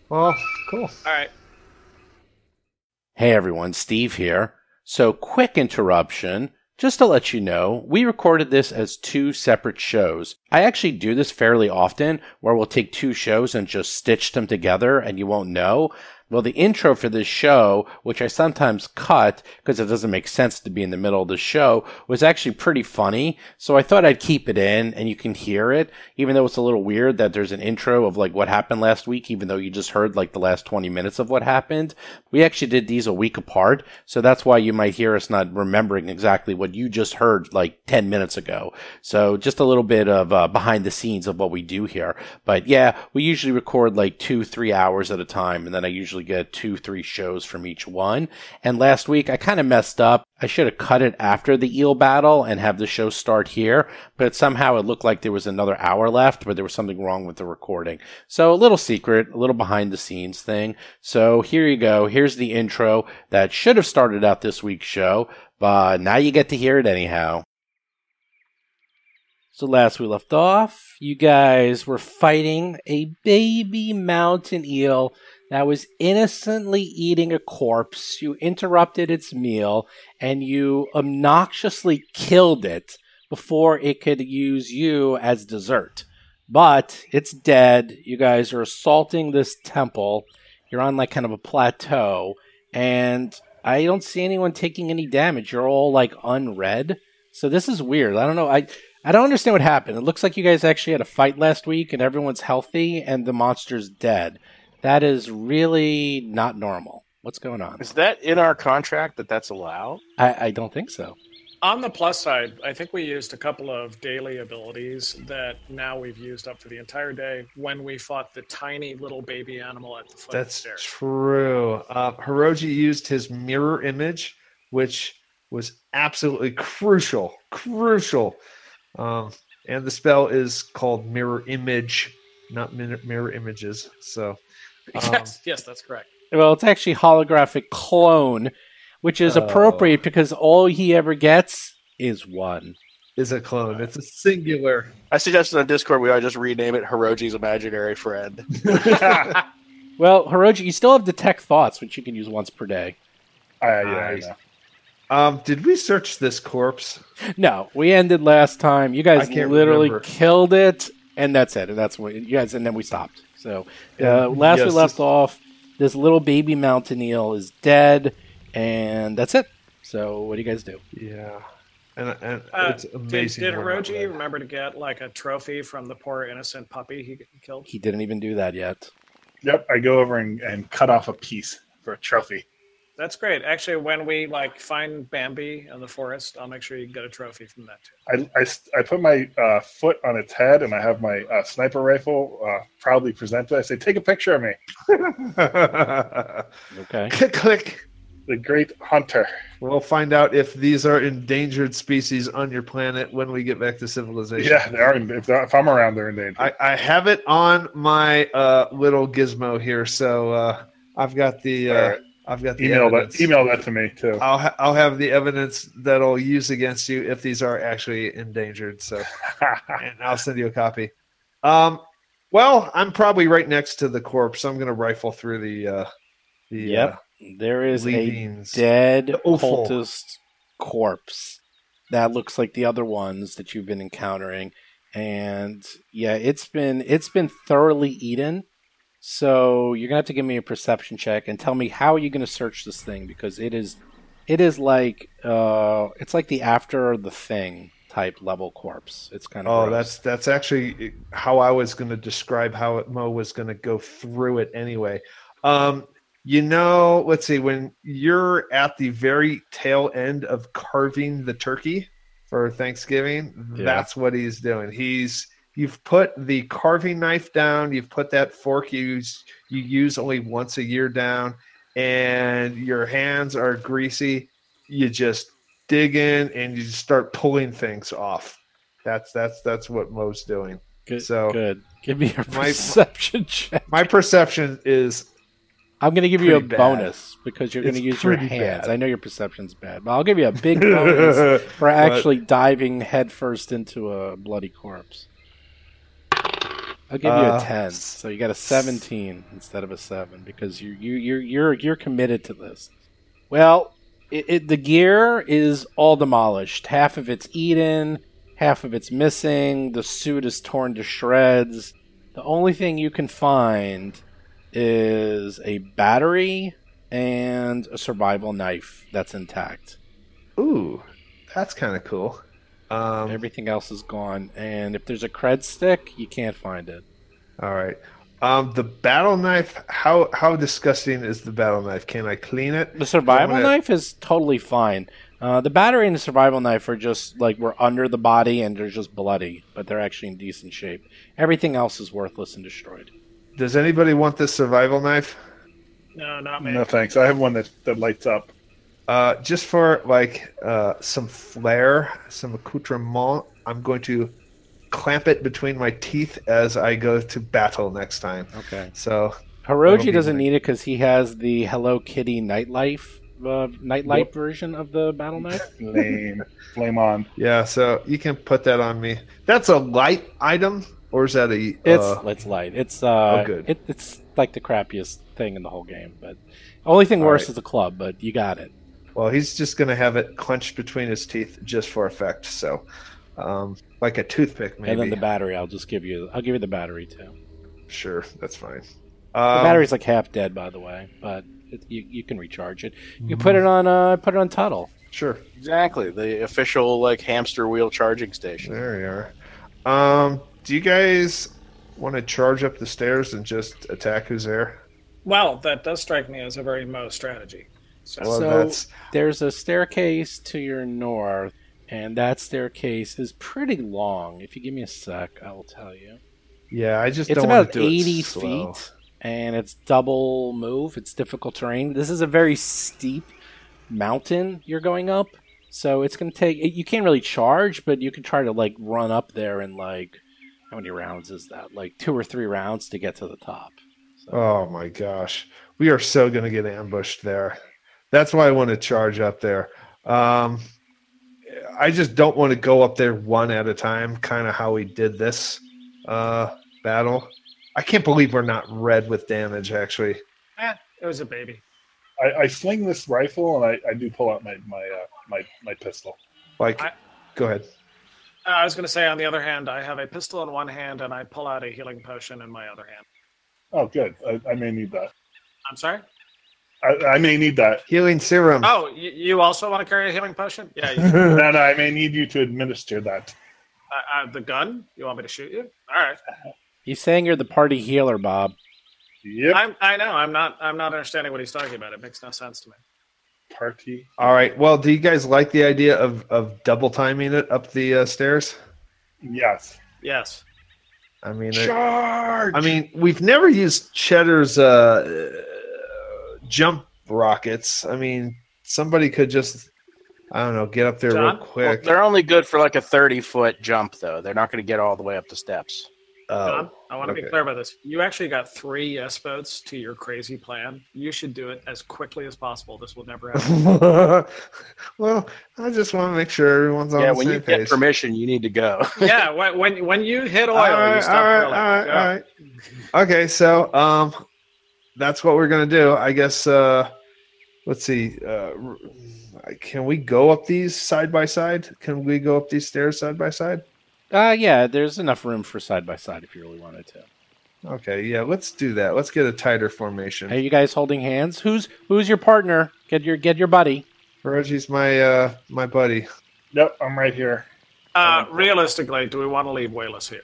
Well, cool.
All right.
hey everyone, Steve here. So quick interruption. Just to let you know, we recorded this as two separate shows. I actually do this fairly often where we'll take two shows and just stitch them together and you won't know. Well, the intro for this show, which I sometimes cut because it doesn't make sense to be in the middle of the show, was actually pretty funny. So I thought I'd keep it in and you can hear it, even though it's a little weird that there's an intro of like what happened last week, even though you just heard like the last 20 minutes of what happened. We actually did these a week apart. So that's why you might hear us not remembering exactly what you just heard like 10 minutes ago. So just a little bit of uh, behind the scenes of what we do here. But yeah, we usually record like two, three hours at a time. And then I usually get two, three shows from each one. And last week I kind of messed up. I should have cut it after the eel battle and have the show start here. But somehow it looked like there was another hour left, but there was something wrong with the recording. So a little secret, a little behind the scenes thing. So here you go. Here's the intro that should have started out this week's show, but now you get to hear it anyhow. So last we left off, you guys were fighting a baby mountain eel that was innocently eating a corpse. You interrupted its meal and you obnoxiously killed it before it could use you as dessert. But it's dead. You guys are assaulting this temple. You're on like kind of a plateau and I don't see anyone taking any damage. You're all like unread. So this is weird. I don't know. I I don't understand what happened. It looks like you guys actually had a fight last week, and everyone's healthy, and the monster's dead. That is really not normal. What's going on?
Is that in our contract that that's allowed?
I, I don't think so.
On the plus side, I think we used a couple of daily abilities that now we've used up for the entire day when we fought the tiny little baby animal at the foot
That's
of the stairs.
true. Uh, Hiroji used his mirror image, which was absolutely crucial, crucial. Um, and the spell is called Mirror Image, not min- Mirror Images. So, um,
yes, yes, that's correct.
Well, it's actually holographic clone, which is
Oh.
appropriate because all he ever gets is one.
is a clone. It's a singular.
I suggested on Discord we ought to just rename it Hiroji's imaginary friend.
Well, Hiroji, you still have detect thoughts, which you can use once per day.
Nice. Um, did we search this corpse?
No, we ended last time. You guys
I can't
literally
remember.
killed it, and that's it. And that's what you guys. And then we stopped. So uh, last we
Yes,
left
this-
off, this little baby mountain eel is dead, and that's it. So what do you guys do?
Yeah. And, and
Uh,
it's
Did,
amazing.
did
we're not
Hiroji
red.
remember to get like a trophy from the poor innocent puppy he killed?
He didn't even do that yet.
Yep, I go over and, and cut off a piece for a trophy.
That's great. Actually, when we like find Bambi in the forest, I'll make sure you get a trophy from that too.
I, I, s- I put my uh, foot on its head and I have my uh, sniper rifle uh, proudly presented. I say, "Take a picture of me,
Okay.
click, click.
the great hunter."
We'll find out if these are endangered species on your planet when we get back to civilization.
Yeah, they are. in- If, they're- if I'm around, they're endangered.
I, I have it on my uh, little gizmo here, so uh, I've got the uh,
All right.
I've got the
email
evidence.
that. Email that to me too.
I'll ha- I'll have the evidence that I'll use against you if these are actually endangered. So, and I'll send you a copy. Um, well, I'm probably right next to the corpse. so I'm going to rifle through the uh, the
Yep. There
uh,
is a
leavings.
dead
offal.
cultist corpse that looks like the other ones that you've been encountering and yeah it's been it's been thoroughly eaten so you're gonna have to give me a perception check and tell me how you're gonna search this thing because it is it is like uh it's like the after the thing type level corpse it's kind of
Oh, that's that's actually eh, how I was going to describe how it, Mo was going to go through it anyway. Um, you know, let's see, when you're at the very tail end of carving the turkey for Thanksgiving,
Yeah.
that's what he's doing. He's you've put the carving knife down, you've put that fork you use, you use only once a year down, and your hands are greasy. You just dig in and you just start pulling things off. That's that's that's what Mo's doing.
good
so-
good give me a
My-
perception check
My perception is
I'm going to give you a
Pretty bad.
bonus because you're going
It's
to use your
pretty
hands.
bad.
I know your perception's bad, but I'll give you a big bonus for actually diving headfirst into a bloody corpse. I'll give you a
Uh,
ten, so you got a seventeen instead of a seven because you you you you're you're committed to this. Well, it, it, the gear is all demolished. Half of it's eaten, half of it's missing. The suit is torn to shreds. The only thing you can find is a battery and a survival knife that's intact.
ooh, that's kind of cool. Um,
Everything else is gone, and if there's a cred stick, you can't find it.
all right. Um, the battle knife. How how disgusting is the battle knife? Can I clean it?
The survival
Dominant.
knife is totally fine. Uh, the battery and the survival knife are just like we're under the body and they're just bloody, but they're actually in decent shape. Everything else is worthless and destroyed.
Does anybody want this survival knife?
No, not me.
no thanks. I have one that, that lights up.
Uh, just for like uh, some flair, some accoutrement. I'm going to clamp it between my teeth as I go to battle next time.
Okay.
So That'll be
Hiroji doesn't
my-
need it because he has the Hello Kitty nightlife uh, nightlight version of the battle knife.
Flame, flame on.
yeah, so you can put that on me. That's a light item, or is that a?
It's
uh,
it's light. It's uh,
oh, good.
It, it's like the crappiest thing in the whole game. But only thing
All
worse
right.
is the club. But you got it.
Well, he's just going to have it clenched between his teeth just for effect. So, um, like a toothpick, maybe.
And then the battery, I'll just give you. I'll give you the battery too.
sure, that's fine.
The
Um,
battery's
Mm.
like half dead, by the way, but it, you you can recharge it. You put it on uh put it on Tuttle.
Sure.
Exactly. The official like hamster wheel charging station.
There we are. Um, do you guys want to charge up the stairs and just attack who's there?
Well, that does strike me as a very Mo strategy. So,
Well,
So-
that's
There's a staircase to your north, and that staircase is pretty long. If you give me a sec, I'll tell you.
yeah. I just
it's
don't
about
want to do
80
it slow.
feet and it's double move it's difficult terrain this is a very steep mountain you're going up so it's going to take you can't really charge but you can try to like run up there in like how many rounds is that like two or three rounds to get to the top
Oh my gosh, we are so gonna get ambushed there. That's why I want to charge up there. Um, I just don't want to go up there one at a time, kind of how we did this uh, battle. I can't believe we're not red with damage. Actually,
it was a baby.
I, I sling this rifle and I, I do pull out my my uh, my, my pistol.
like,
I-
go ahead.
Uh, I was going to say, on the other hand, I have a pistol in one hand and I pull out a healing potion in my other hand.
Oh, good. I, I may need that.
I'm sorry?
I, I may need that.
Healing
Mm.
serum.
Oh, you, you also want to carry a healing potion? Yeah. You,
no, no, I may need you to administer that.
uh, uh, the gun? You want me to shoot you? All right.
he's saying you're the party healer bob
Yep.
I'm, I know. I'm not. I'm not understanding what he's talking about. It makes no sense to me.
Party.
All right. Well, do you guys like the idea of of double timing it up the uh, stairs?
Yes.
Yes.
I mean, it-
Charge.
I mean, we've never used Cheddar's uh, jump rockets. I mean, somebody could just, I don't know, get up there real
John?
Well,
quick.
they're only good for like a thirty foot jump though. They're not going to get all the way up the steps.
oh,
John, I want to
okay.
be clear about this. You actually got three yes votes to your crazy plan. You should do it as quickly as possible. This will never happen.
Uh, well, I just want to make sure everyone's on
yeah,
the
when
same
you
page.
get permission, you need to go.
yeah. When, when when you hit oil,
all right,
you
all
stop
right, all
drilling.
right,
Yeah.
all right. Okay, so um, that's what we're gonna do, I guess. Uh, let's see. Uh, r- can we go up these side by side? Can we go up these stairs side by side?
uh yeah there's enough room for side by side if you really wanted to
Okay, yeah, let's do that. Let's get a tighter formation.
are you guys holding hands who's who's your partner get your get your buddy
Hiroji's my uh my buddy.
Yep. I'm right here.
Uh, realistically, do we want to leave Wayless here?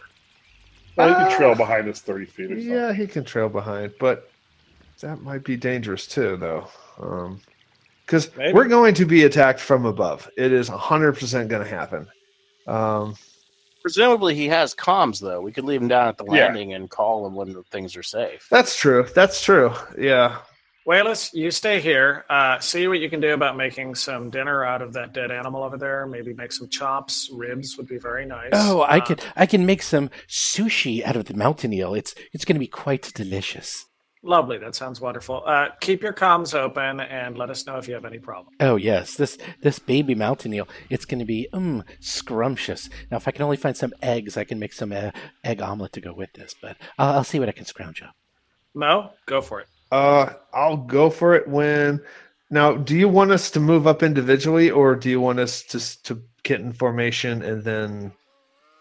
I think
Ah.
the trail behind us thirty feet or something.
Yeah, he can trail behind, but that might be dangerous too, though. Um, because
Maybe.
we're going to be attacked from above. It is hundred percent going to happen. Um,
Presumably, he has comms though. We could leave him down at the
Yeah.
landing and call him when the things are safe.
that's true. That's true. Yeah.
Wayless, you stay here. Uh, see what you can do about making some dinner out of that dead animal over there. Maybe make some chops. Ribs would be very nice.
Oh, I
Uh,
can
Um,
I can make some sushi out of the mountain eel. It's it's going to be quite delicious.
Lovely. That sounds wonderful. Uh, keep your comms open and let us know if you have any problems.
Oh yes, this this baby mountain eel. It's going to be um scrumptious. Now, if I can only find some eggs, I can make some uh, egg omelet to go with this. But I'll, I'll see what I can scrounge up.
Mo, go for it.
Uh, I'll go for it when. Now, do you want us to move up individually, or do you want us to s- to get in formation and then?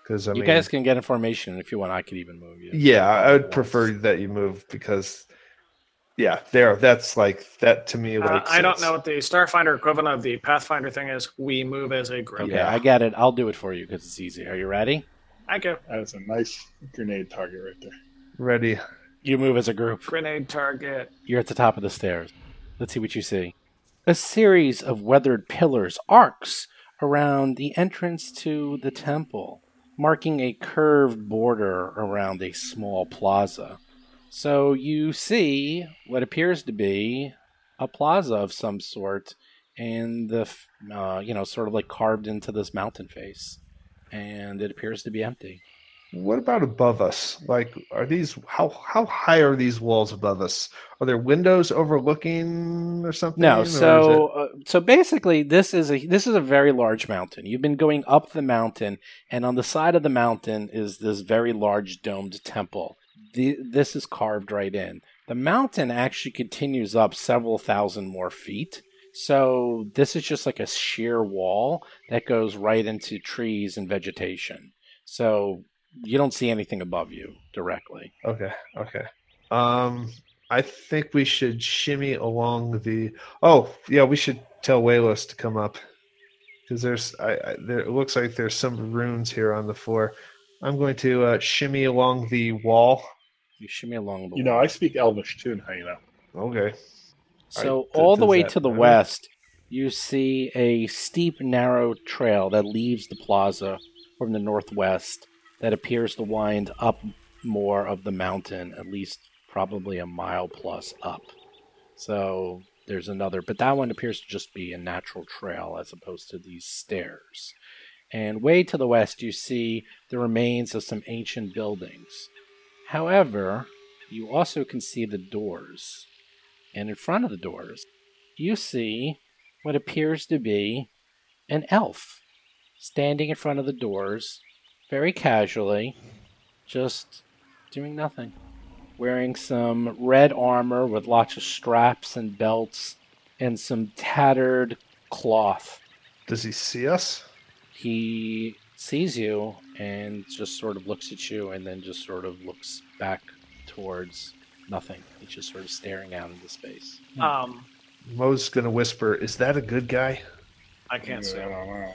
Because I
you
mean,
guys can get information if you want. I could even move you.
Yeah, I would prefer that you move because, yeah, there. That's like that to me.
Uh,
Like
I don't know what the Starfinder equivalent of the Pathfinder thing is. We move as a group.
Okay,
Yeah.
I got it. I'll do it for you because it's easy. Are you ready?
I go.
That's a nice grenade target right there.
Ready?
You move as a group.
Grenade target.
You're at the top of the stairs. Let's see what you see. A series of weathered pillars, arcs, around the entrance to the temple, marking a curved border around a small plaza. So you see what appears to be a plaza of some sort, and the f- uh, you know sort of like carved into this mountain face, and it appears to be empty.
What about above us? Like, are these how how high are these walls above us? Are there windows overlooking or something?
No,
or is
so
it-
uh, so basically, this is a this is a very large mountain. You've been going up the mountain, and on the side of the mountain is this very large domed temple. The, this is carved right in. The mountain actually continues up several thousand more feet. So this is just like a sheer wall that goes right into trees and vegetation. So you don't see anything above you directly.
okay, okay. Um, I think we should shimmy along the. Oh, yeah, we should tell Wayless to come up. because there's I, I there it looks like there's some runes here on the floor. I'm going to uh, shimmy along the wall.
You shimmy along the
You know,
wall.
I speak Elvish too. Now you know.
Okay.
So
Alright, th-
all the
does
way
that
to the
matter?
west, you see a steep, narrow trail that leaves the plaza from the northwest that appears to wind up more of the mountain, at least probably a mile plus up. So there's another, but that one appears to just be a natural trail as opposed to these stairs. And way to the west, you see the remains of some ancient buildings. However, you also can see the doors and in front of the doors, you see what appears to be an elf standing in front of the doors, very casually, just doing nothing. Wearing some red armor with lots of straps and belts and some tattered cloth.
Does he see us?
He sees you and just sort of looks at you and then just sort of looks back towards nothing. He's just sort of staring out into space.
Hmm.
Um,
Mo's going to whisper, "Is that a good guy?"
I can't see.
I
him.
don't know.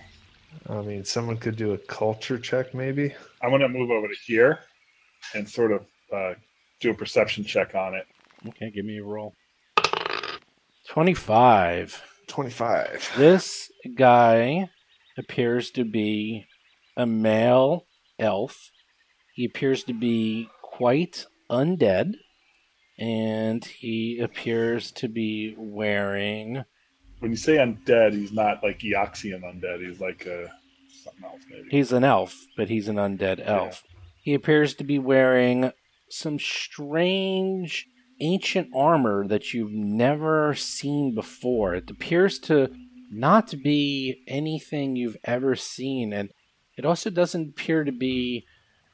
I mean, someone could do a culture check, maybe.
I'm going to move over to here and sort of uh, do a perception check on it.
Okay, give me a roll. 25.
Twenty-five.
This guy appears to be a male elf. He appears to be quite undead. And he appears to be wearing.
When you say undead, he's not like Eoxian undead. He's like uh, something else, maybe.
He's an elf, but he's an undead elf. He appears to be wearing some strange ancient armor that you've never seen before. It appears to not be anything you've ever seen and it also doesn't appear to be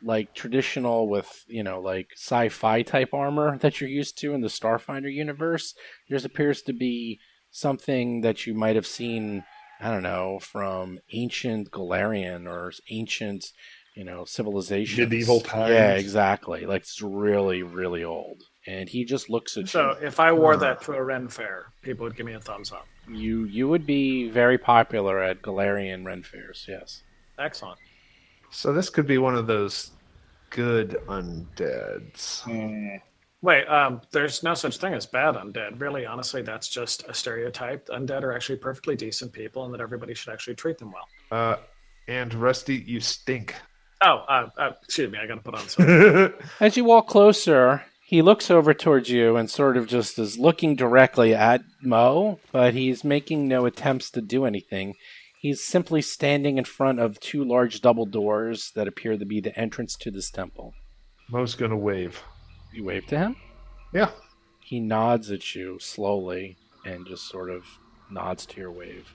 like traditional with you know like sci-fi type armor that you're used to in the starfinder universe there's appears to be something that you might have seen i don't know from ancient galarian or ancient you know civilization
Medieval times.
yeah exactly like it's really really old and he just looks at you
So if I wore that to a Ren fair, people would give me a thumbs up.
you you would be very popular at Galarian Ren fairs, yes.
Excellent.
So this could be one of those good undeads.
Hmm.
Wait, um, there's no such thing as bad undead. Really, honestly, that's just a stereotype. Undead are actually perfectly decent people, and that everybody should actually treat them well.
Uh, and Rusty, you stink.
Oh, uh, uh, excuse me, I got to put on some.
That's
As you walk closer, he looks over towards you and sort of just is looking directly at Mo, but he's making no attempts to do anything. He's simply standing in front of two large double doors that appear to be the entrance to this temple.
Mo's going to wave.
You wave to him.
Yeah.
He nods at you slowly and just sort of nods to your wave.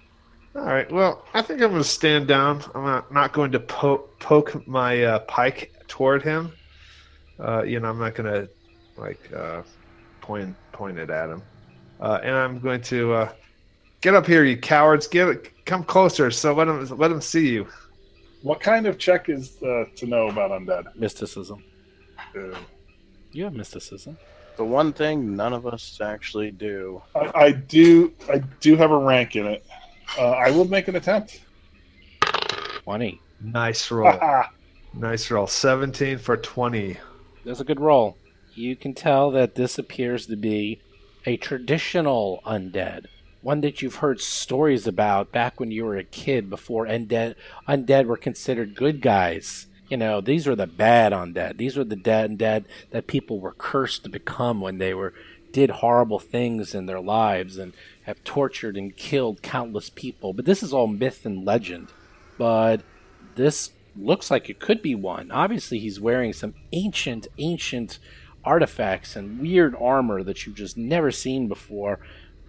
All right. Well, I think I'm going to stand down. I'm not, not going to po- poke my uh, pike toward him. Uh, you know, I'm not going to like uh, point point it at him. Uh, and I'm going to uh, get up here, you cowards! Get come closer. So let him let him see you.
What kind of check is uh, to know about undead?
Mysticism.
Uh,
You have mysticism.
The one thing none of us actually do.
I, I do. I do have a rank in it. Uh, I will make an attempt.
20.
Nice roll.
Ah,
nice roll. Seventeen for twenty.
That's a good roll. You can tell that this appears to be a traditional undead, one that you've heard stories about back when you were a kid before undead undead were considered good guys. You know, these were the bad undead. These were the dead undead that people were cursed to become when they were did horrible things in their lives and have tortured and killed countless people. But this is all myth and legend. But this looks like it could be one. Obviously, he's wearing some ancient, ancient artifacts and weird armor that you've just never seen before.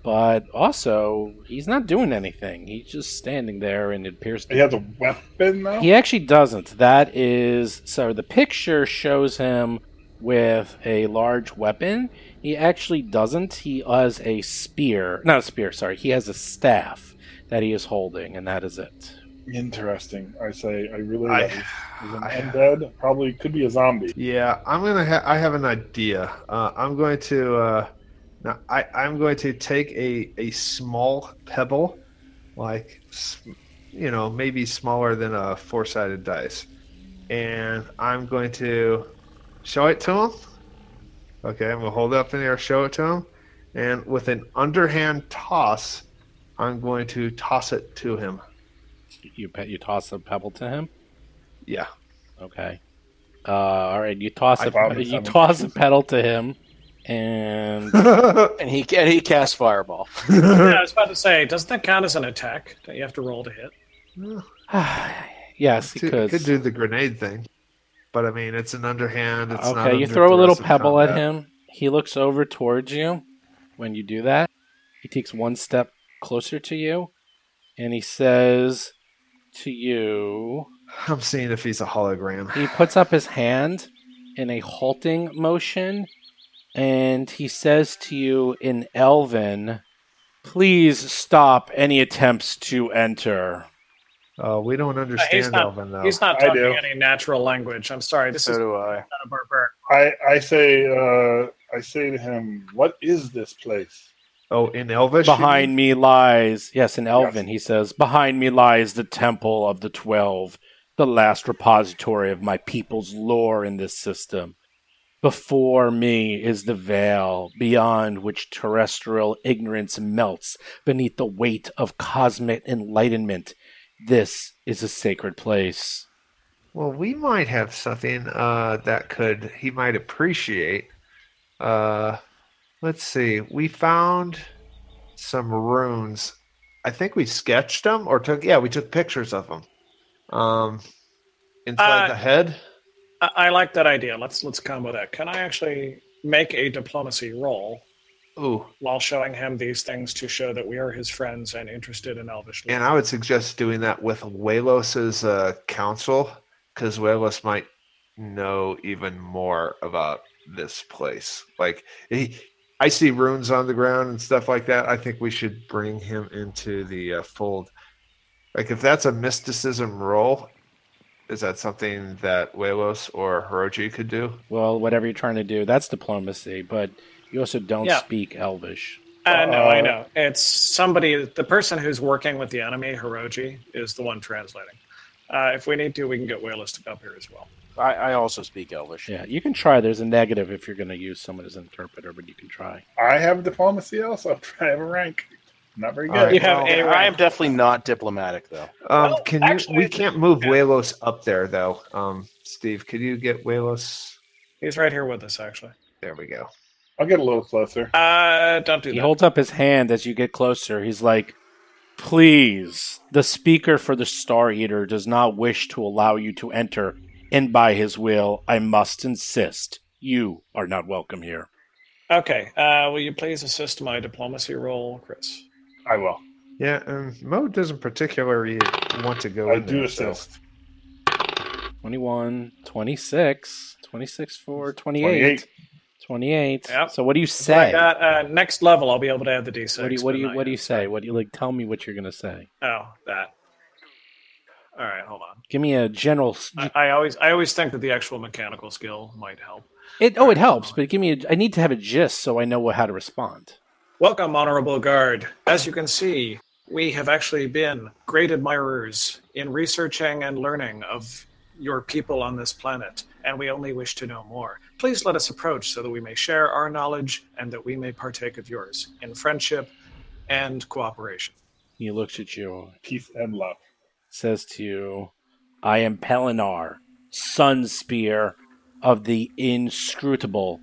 But also, he's not doing anything. He's just standing there, and it appears
he has a weapon though.
he actually doesn't. That is so. The picture shows him with a large weapon. He actually doesn't. He has a spear, not a spear. Sorry, he has a staff that he is holding, and that is it.
Interesting. I say. I really.
I-
love it. He's an
I-
undead. Probably could be a zombie.
Yeah, I'm gonna. Ha- I have an idea. Uh, I'm going to. Uh, now I, I'm going to take a a small pebble, like s- you know, maybe smaller than a four sided dice. And I'm going to show it to him. Okay, I'm going to hold it up in the air, show it to him. And with an underhand toss, I'm going to toss it to him.
You pe- you toss a pebble to him.
Yeah.
Okay. Uh, all right. You toss
I
a
probably
you
haven't.
toss a pedal to him, and
And he and he casts fireball.
yeah, I was about to say, doesn't that count as an attack? Don't you have to roll to hit?
yes,
Could,
because
could do the grenade thing. But I mean, it's an underhand. It's not
okay, you
under
throw a little
duress of
pebble at
combat.
him. He looks over towards you. When you do that, he takes one step closer to you, and he says to you.
I'm seeing if he's a hologram.
He puts up his hand in a halting motion and he says to you in Elven, Please stop any attempts to enter.
Uh, we don't understand
not-
Elvin, though.
He's not
I
talking
do.
any natural language. I'm sorry. This
So
is
do I.
not a barbaric.
I, I say uh, I say to him, "What is this place?"
Oh, in Elvish? you
Behind
mean?
me lies, yes, in Elven, he says, Behind me lies the Temple of the Twelve, the last repository of my people's lore in this system. Before me is the veil beyond which terrestrial ignorance melts beneath the weight of cosmic enlightenment. This is a sacred place.
Well, we might have something uh, that could he might appreciate. Uh, let's see. We found some runes. I think we sketched them or took yeah, we took pictures of them. Um, inside
Uh,
the head.
I, I like that idea. Let's let's combo that. Can I actually make a diplomacy roll
Ooh,
while showing him these things to show that we are his friends and interested in Elvish?
and
lore?
I would suggest doing that with Walos's uh, council because Walos might know even more about this place. Like he, I see runes on the ground and stuff like that. I think we should bring him into the uh, fold. Like if that's a mysticism role, is that something that Walos or Hiroji could do?
Well, whatever you're trying to do, that's diplomacy, but you also don't
Yeah.
speak Elvish.
Uh, no,
Uh,
I know. It's somebody, the person who's working with the enemy, Hiroji, is the one translating. Uh, if we need to, we can get Whalus to come up here as well.
I, I also speak Elvish.
Yeah, you can try. There's a negative if you're going to use someone as an interpreter, but you can try.
I have diplomacy also. I have a rank. Not very good.
All right.
You have
Well,
a
I am definitely not diplomatic though.
Um,
Well,
can you?
actually,
we
it's-
can't move Walos up there though. Um, Steve, could you get Walos?
He's right here with us, actually.
There we go.
I'll get a little closer.
Uh, don't do
He
that.
holds up his hand as you get closer. He's like, Please, the speaker for the Star Eater does not wish to allow you to enter, and by his will, I must insist. You are not welcome here.
okay. Uh, will you please assist my diplomacy roll, Chris?
I will.
Yeah, and Mo doesn't particularly want to go.
I
in
do
there, so-
assist.
21, 26, 26 for 28.
28.
28.
Yep.
So, what do you
I
say?
got uh, next level. I'll be able to add the d6.
What do you, what do you,
but
what do you
not
say? What do you like? Tell me what you're going to say.
yet. Oh, that. All right, hold on.
Give me a general. s-
I, I always, I always think that the actual mechanical skill might help.
It, oh, it helps, but give me a. I need to have a gist so I know how to respond.
Welcome, Honorable Guard. As you can see, we have actually been great admirers in researching and learning of your people on this planet, and we only wish to know more. Please let us approach so that we may share our knowledge and that we may partake of yours in friendship and cooperation.
He looks at you
Peace and love.
says to you, I am Pelinar, sun spear of the inscrutable.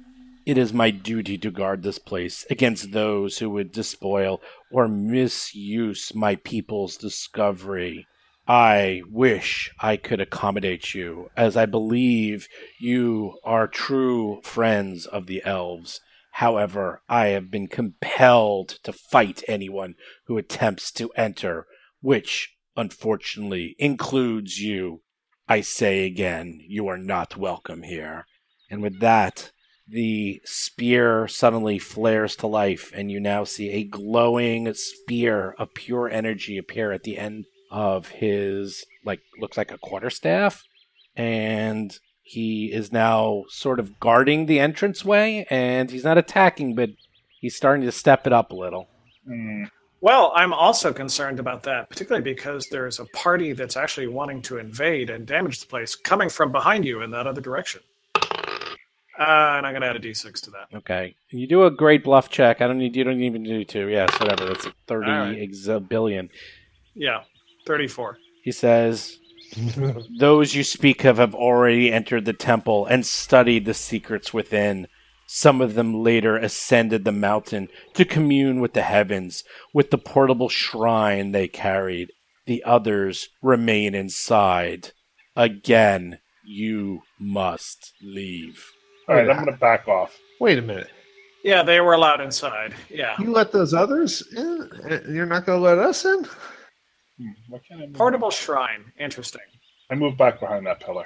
It is my duty to guard this place against those who would despoil or misuse my people's discovery. I wish I could accommodate you, as I believe you are true friends of the elves. However, I have been compelled to fight anyone who attempts to enter, which unfortunately includes you. I say again, you are not welcome here. And with that, the spear suddenly flares to life, and you now see a glowing spear of pure energy appear at the end of his, like, looks like a quarterstaff. And he is now sort of guarding the entranceway, and he's not attacking, but he's starting to step it up a little.
Oh,
Mm.
Well, I'm also concerned about that, particularly because there's a party that's actually wanting to invade and damage the place coming from behind you in that other direction. Uh, and I'm going to add a d6 to that.
Okay. You do a great bluff check. I don't need you don't even do two. Yes, whatever. That's a thirty
All right.
ex- a billion.
Yeah, 34.
He says those you speak of have already entered the temple and studied the secrets within. Some of them later ascended the mountain to commune with the heavens with the portable shrine they carried. The others remain inside. Again, you must leave.
All right, I'm gonna back off.
Wait a minute.
Yeah, they were allowed inside. Yeah.
You let those others in? and You're not going to let us in?
Hmm, what can I move?
Portable shrine. Interesting.
I move back behind that pillar.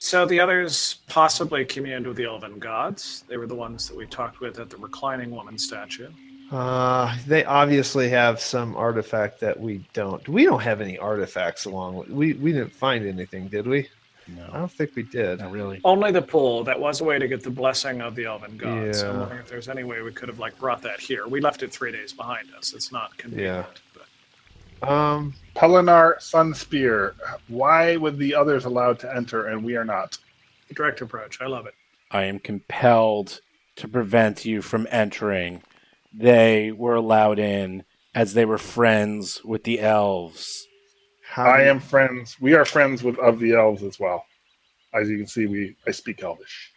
So the others possibly communed with the elven gods. They were the ones that we talked with at the reclining woman statue.
Uh, they obviously have some artifact that we don't. We don't have any artifacts along with. We, we didn't find anything, did we? I
No,
don't think we did.
not really.
Only the pool. That was a way to get the blessing of the elven gods. I'm
Yeah.
wondering if there's any way we could have like brought that here. We left it three days behind us. It's not convenient. But
Um,
Pelinar Sun Spear. Why would the others allowed to enter and we are not?
direct approach. I love it.
I am compelled to prevent you from entering. They were allowed in as they were friends with the elves.
how
I
do-
am friends. We are friends with of the elves as well. As you can see, we I speak Elvish.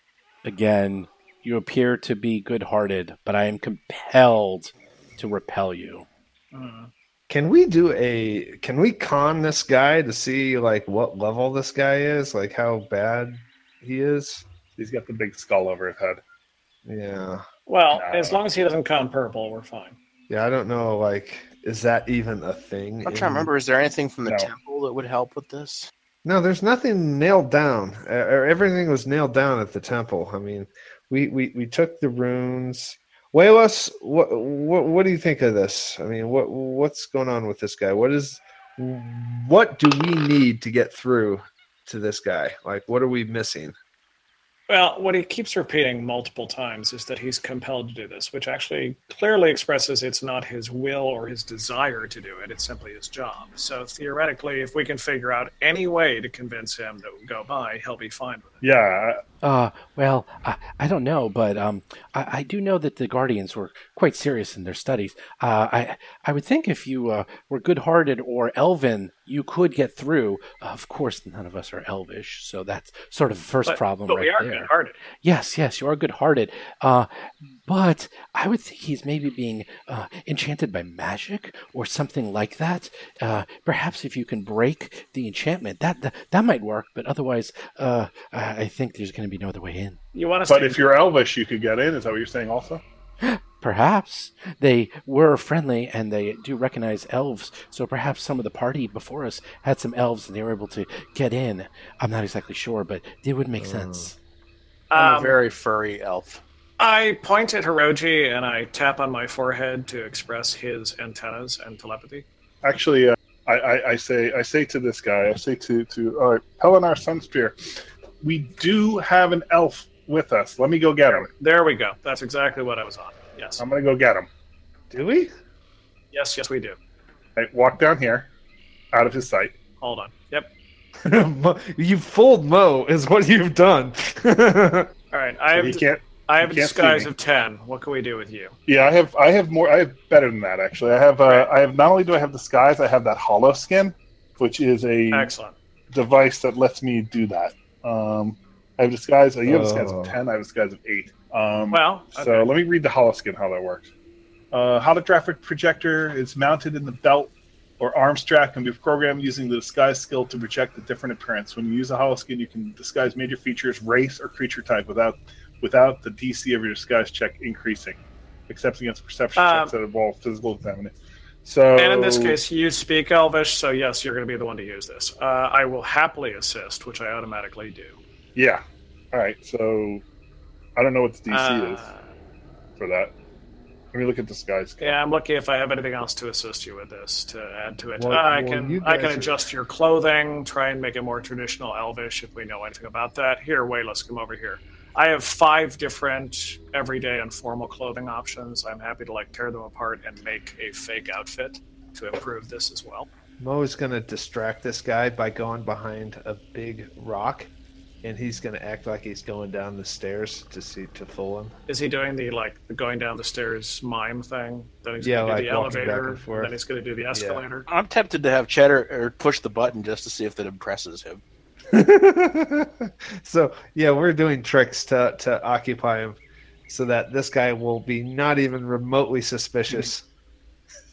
Again, you appear to be good hearted, but I am compelled to repel you.
Mm.
Can we do a? Can we con this guy to see like what level this guy is? Like how bad he is?
He's got the big skull over his head.
Yeah.
Well,
Nah.
as long as he doesn't con purple, we're fine.
Yeah, I don't know. Like, is that even a thing?
I'm trying
in-
to remember. Is there anything from the
No.
temple that would help with this?
No, there's nothing nailed down. Uh, everything was nailed down at the temple. I mean, we we, we took the runes. Wayless, what, what what do you think of this? I mean, what what's going on with this guy? What is what do we need to get through to this guy? Like, what are we missing?
Well, what he keeps repeating multiple times is that he's compelled to do this, which actually clearly expresses it's not his will or his desire to do it. It's simply his job. So theoretically, if we can figure out any way to convince him that we go by, he'll be fine with it.
Yeah,
Uh, well, I, I don't know, but um, I, I do know that the Guardians were quite serious in their studies. Uh, I, I would think if you uh, were good-hearted or Elven, you could get through. Of course, none of us are Elvish, so that's sort of the first problem
but
right
we are
there.
good-hearted.
Yes, yes, you are good-hearted. Uh, but I would think he's maybe being uh, enchanted by magic or something like that. Uh, perhaps if you can break the enchantment, that that, that might work. But otherwise, uh, I I think there's going to be no other way in.
You want us
but
to
if you're Elvish, you could get in. Is that what you're saying? Also,
Perhaps they were friendly and they do recognize elves, so perhaps some of the party before us had some elves and they were able to get in. I'm not exactly sure, but it would make sense.
I'm a
Um,
very furry elf.
I point at Hiroji and I tap on my forehead to express his antennas and telepathy.
actually, uh, I, I I say I say to this guy, I say to to all right, Pelinar Sun Spear, we do have an elf with us. Let me go get him.
There we go. That's exactly what I was on. Yes.
I'm gonna go get him.
Do we?
Yes, yes, we do.
I walk down here, out of his sight.
Hold on. Yep.
Mo- you fooled Mo is what you've done.
All right. I
So
have,
he can't.
I have a
he can't see
disguise
me.
of 10. What can we do with you?
Yeah, I have. I have more. I have better than that. Actually, I have. Uh, I have. Not only do I have disguise, I have that hollow skin, which is a
Excellent.
device that lets me do that. Um, I have disguise. You have disguise
Oh.
of ten. I have disguise of eight. Um,
Well,
So
okay.
let me read the holoskin how that works. Uh, holographic projector is mounted in the belt or arm strap and be programmed using the disguise skill to project a different appearance. When you use a holoskin, you can disguise major features, race, or creature type without without the DC of your disguise check increasing, except against perception
Um,
checks that involve physical examination. So
and in this case, you speak Elvish, so yes, you're going to be the one to use this. Uh, I will happily assist, which I automatically do.
yeah. All right, so I don't know what the DC is
Uh,
for that. Let me look at disguise. skill.
Yeah, I'm looking if I have anything else to assist you with this to add to it.
Well-
I
well,
can
you
I can
guys are-
adjust your clothing, try and make it more traditional elvish if we know anything about that. Here, Wayless, come over here. I have five different everyday and formal clothing options. I'm happy to like tear them apart and make a fake outfit to improve this as well.
Mo is going to distract this guy by going behind a big rock, and he's going to act like he's going down the stairs to see to fool him.
Is he doing the like the going down the stairs mime thing? Then he's
Yeah,
gonna
like
do the
walking back
elevator,
and forth.
then he's gonna do the escalator.
I'm tempted to have Cheddar or push the button just to see if that impresses him.
so yeah, we're doing tricks to to occupy him, so that this guy will be not even remotely suspicious.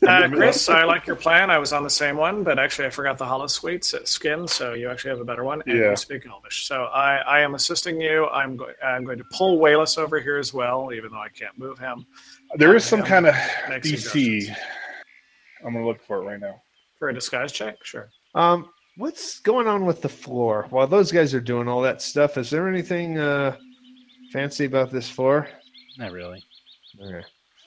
Uh, Chris, I like your plan. I was on the same one, but actually I forgot the hollow sweets at skin, so you actually have a better one. And
Yeah.
you speak Elvish. So I, I am assisting you. I'm going I'm going to pull Wayless over here as well, even though I can't move him.
There is some
Yeah.
kind of
Makes
DC.
suggestions.
I'm gonna look for it right now.
For a disguise check? Sure.
Um, what's going on with the floor? While those guys are doing all that stuff, is there anything uh fancy about this floor?
Not really.
Okay.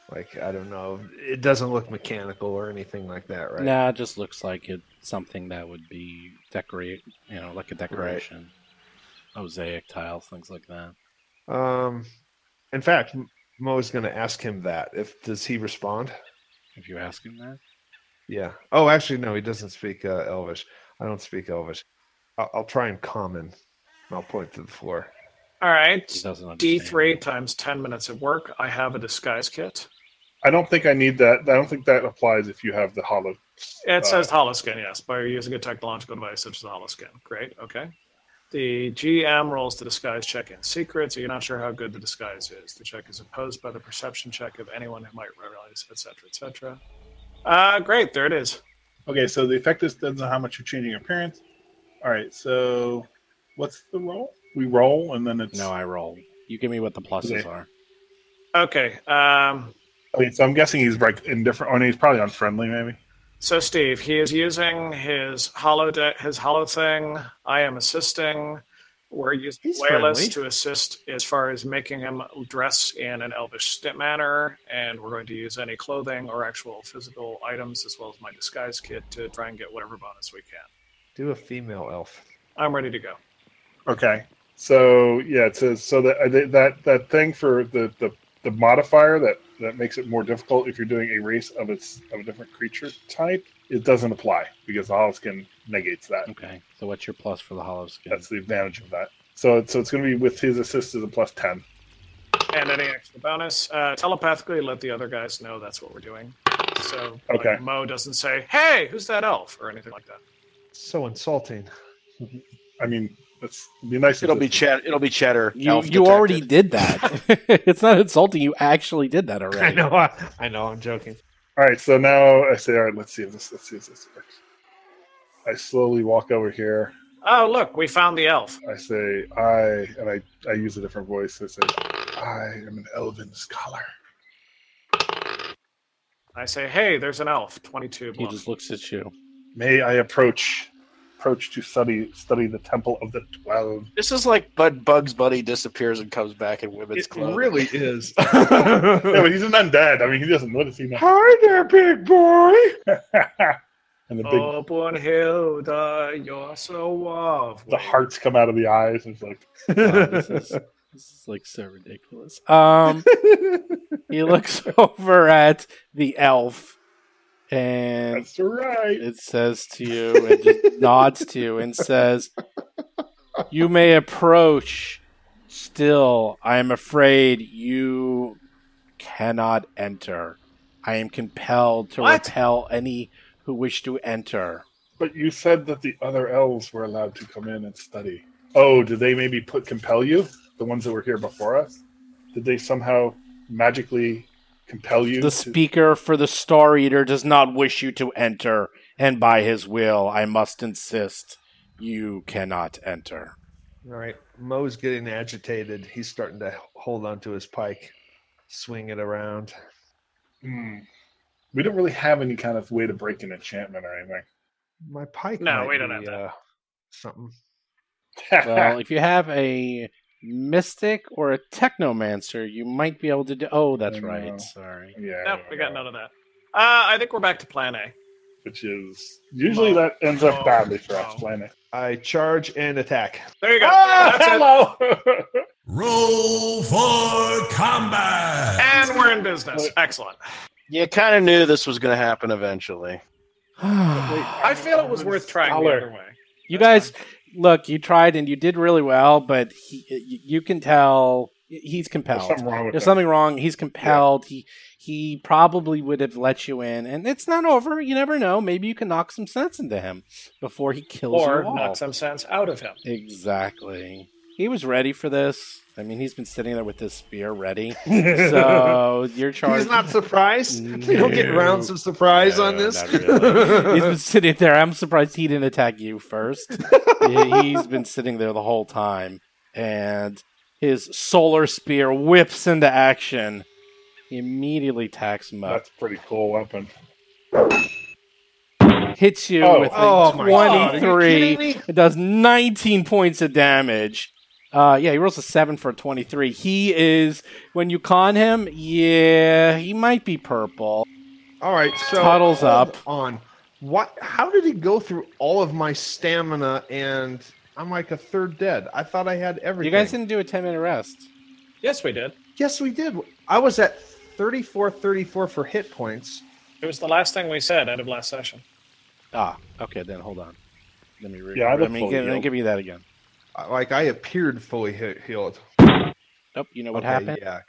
Like I don't know, it doesn't look mechanical or anything like that, right?
Nah, it just looks like it something that would be decorate, you know, like a decoration, mosaic tiles, things like that.
Um, in fact, M- Mo is going to ask him that. If does he respond?
If you ask him that,
Yeah. Oh, actually, no, he doesn't speak uh, Elvish. I don't speak Elvish. I'll, I'll try and common. I'll point to the floor.
All right.
he doesn't understand.
D three times ten minutes of work. I have a disguise kit.
I don't think I need that. I don't think that applies if you have the hollow.
It
Uh,
says holoskin, yes, by using a technological device such as a holoskin. Great, okay. The GM rolls the disguise check in secret, so you're not sure how good the disguise is. The check is opposed by the perception check of anyone who might realize, etc., etc. Uh, great, there it is.
Okay, so the effect is depends on how much you're changing your appearance. All right, so what's the roll? We roll, and then it's
No, I roll. You give me what the pluses
Okay.
are.
Okay, um,
I mean, so I'm guessing he's like indifferent. Oh, no, he's probably unfriendly, maybe.
So Steve, he is using his hollow de- his hollow thing. I am assisting. We're using
He's
Wayless
friendly.
to assist as far as making him dress in an elvish st- manner, and we're going to use any clothing or actual physical items as well as my disguise kit to try and get whatever bonus we can.
Do a female elf.
I'm ready to go.
Okay, so yeah, it says so that I did- that that thing for the the, the modifier that that makes it more difficult if you're doing a race of its of a different creature type. It doesn't apply because the hollow skin negates that.
Okay, so what's your plus for the hollow skin?
That's the advantage of that. So so it's going to be with his assist is a plus ten.
And any extra bonus, uh, telepathically let the other guys know that's what we're doing. So like,
Okay.
Mo doesn't say, "Hey, who's that elf?" or anything like that.
So insulting.
I mean, that's it'd be nice. if
It'll be
this-
Cheddar. It'll be Cheddar.
You,
elf
you already
detected.
did that. it's not insulting. You actually did that already.
I know. I, I know. I'm joking.
All right, so now I say, all right, let's see if this let's see if this works. I slowly walk over here.
Oh, look, we found the elf.
I say, I and I I use a different voice. I say, I am an elven scholar.
I say, "Hey, there's an elf." Twenty-two.
He
Bluff.
just looks at you.
May I approach approach to study study the temple of the twelve?
This is like Bud Bugs Bunny disappears and comes back in women's
it
clothes.
really is.
Yeah, but he's an undead. I mean, he doesn't notice. He knows.
Hi there, big boy.
and the big
Oh, Brunhilde, you're so
Oh,
lovely.
the hearts come out of the eyes. And it's like
Wow, this is this is like so ridiculous. Um, he looks over at the elf, and
that's right.
it says to you, it just nods to you, and says, "You may approach. Still, I am afraid you cannot enter. I am compelled to
What?
repel any who wish to enter."
But you said that the other elves were allowed to come in and study. Oh, did they maybe put compel you? The ones that were here before us? Did they somehow magically compel you?
The
to-
speaker for the Star Eater does not wish you to enter, and by his will, I must insist you cannot enter.
All right. Mo's getting agitated. He's starting to hold onto his pike, swing it around.
Hmm. We don't really have any kind of way to break an enchantment or anything.
My pike.
No,
might
we don't
be,
have that.
Uh, something.
well, if you have a mystic or a technomancer, you might be able to do. Oh, that's
I don't know.
right. Sorry.
yeah.
Nope, we got none of that. Uh, I think we're back to plan A.
Which is usually
Mo-
that ends up
Mo-
badly for us
Mo.
playing it.
I charge and attack.
There you go.
Ah,
That's it.
hello.
Roll for combat.
And we're in business. Excellent.
You kind of knew this was going to happen eventually.
I feel it was worth trying
Dollar.
the other way.
you guys look you tried and you did really well but he, you you can tell he's
There's
compelled
something wrong with
there's
that.
something wrong he's compelled he he probably would have let you in and it's not over you never know maybe you can knock some sense into him before he kills
Or
you all.
knock some sense out of him.
exactly he was ready for this i mean he's been sitting there with this spear ready so you're charged
He's not surprised. We don't get
No.
rounds of surprise
No,
on this.
not really. he's been sitting there. I'm surprised he didn't attack you first. He- he's been sitting there the whole time, and his solar spear whips into action. He immediately attacks Mo,
That's a pretty cool weapon.
hits you
Oh.
with a
Oh my God, are you
23.
kidding me?
It does 19 points of damage. Uh, yeah, he rolls a 7 for 23. He is, when you con him, yeah, he might be purple.
All right, so
Toddles
hold
up.
on. What? How did he go through all of my stamina and I'm like a third dead? I thought I had
You
everything.
guys didn't do a 10 minute rest.
Yes, we did.
Yes, we did. I was at 34, 34 for hit points.
It was the last thing we said out of last session.
Ah, okay, then hold on. Let me read.
Yeah, I
let
look
me
fully
give, let me
healed.
give you that again.
I- Uh, Like I appeared fully hit, healed.
Nope, you know what
Okay,
happened?
Yeah,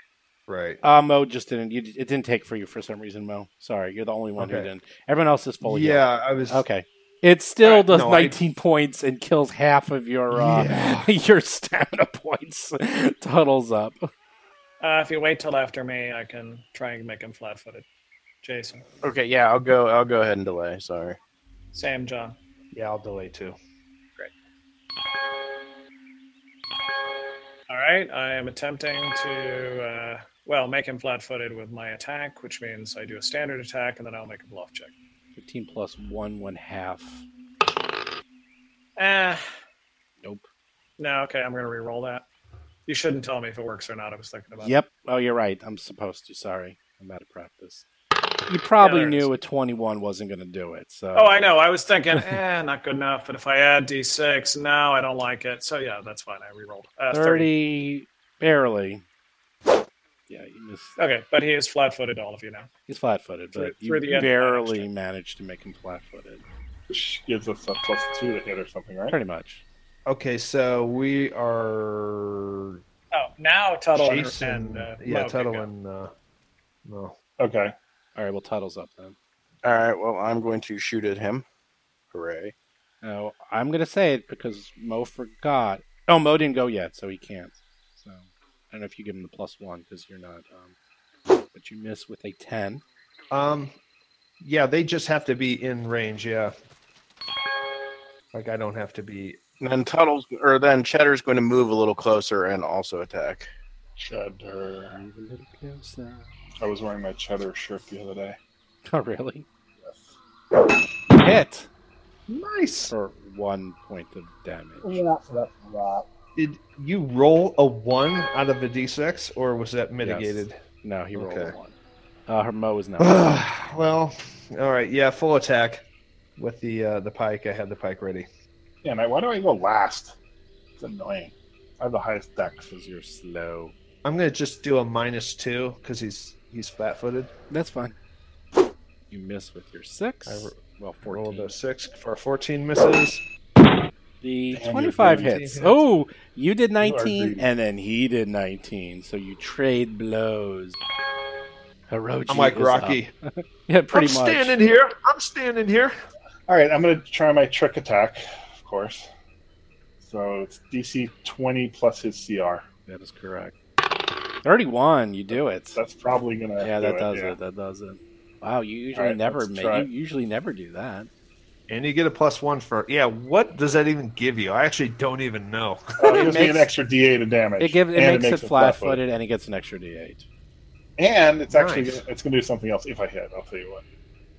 right.
Uh, Mo just didn't. You, it didn't take for you for some reason, Mo. Sorry, you're the only one who
Okay.
didn't. Everyone else is fully healed.
yeah, I was.
Okay. It still
Alright,
does
no, I-
19 points and kills half of your uh,
Yeah.
your stamina points. Tuttles up.
Uh, if you wait till after me, I can try and make him flat footed. Jason,
Okay, yeah, I'll go. I'll go ahead and delay. Sorry.
Sam, John.
Yeah, I'll delay too.
All right, I am attempting to, uh, well, make him flat footed with my attack, which means I do a standard attack and then I'll make a bluff check.
15 plus one, one half.
Ah.
Nope.
No, okay, I'm going to re-roll that. You shouldn't tell me if it works or not. I was thinking about
Yep. Oh, you're right. I'm supposed to. Sorry, I'm out of practice. You probably
there it
knew a 21 wasn't going to do it. So.
it. Oh, I know. I was thinking, eh, not good enough. But if I add d6, no, I don't like it. So, yeah, that's fine. I re-rolled. Uh, 30.
30 barely yeah you missed
Okay, but he is flat footed, all of you now.
he's flat-footed but
Through-
you
through the end,
barely managed to make him flat-footed
Which gives us a plus two to hit or something, right?
pretty much
Okay, so we are
Oh, now Tuttle and-
Jason.
and uh,
yeah,
Mo can
Tuttle
go.
and uh, no.
Okay.
all right well tuttle's up then
All right. Well, I'm going to shoot at him. Hooray!
oh i'm gonna say it because mo forgot oh mo didn't go yet so he can't so i don't know if you give him the plus one because you're not um but you miss with a 10
Um, yeah, they just have to be in range. Yeah, like I don't have to be.
And then Tuttle's, or then Cheddar's going to move a little closer and also attack.
Cheddar.
Move a little closer.
I was wearing my cheddar shirt the other day.
oh really hit
Nice.
for one point of damage
Did you roll a one out of a d6, or was that mitigated?
no he rolled
Okay.
a one uh, her Mo is not.
well, all right. Yeah, full attack with the uh, the pike. I had the pike ready.
Yeah, man, why do I go last? It's annoying. I have the highest dex.
because you're slow.
I'm gonna just do a minus two because he's he's flat-footed.
That's fine. You miss with your six.
I ro-
well,
Rolled
fourteen.
a six for 14 misses.
The
And you're
twenty-five
doing-
hits. Oh, you did
are
nineteen,
greedy.
and then he did nineteen. So you trade blows. Hiroji
I'm like
is
Rocky.
up. Yeah, pretty
I'm
much.
standing here. I'm standing here.
All right, I'm going to try my trick attack, of course. So it's DC 20 plus his CR.
That is correct. Thirty-one. You do it.
That's probably going to.
yeah, that does it. That does it. Wow, you usually
right,
never
let's
make.
try
You
it.
usually never do that.
And you get a plus one for yeah. What does that even give you? I actually don't even know.
Oh, it gives me an
makes-
extra D8 of damage.
It gives. It
and
makes it
flat-footed.
flat-footed, and it gets an extra d8.
And it's actually
Nice.
gonna, it's going to do something else if I hit. I'll tell you what.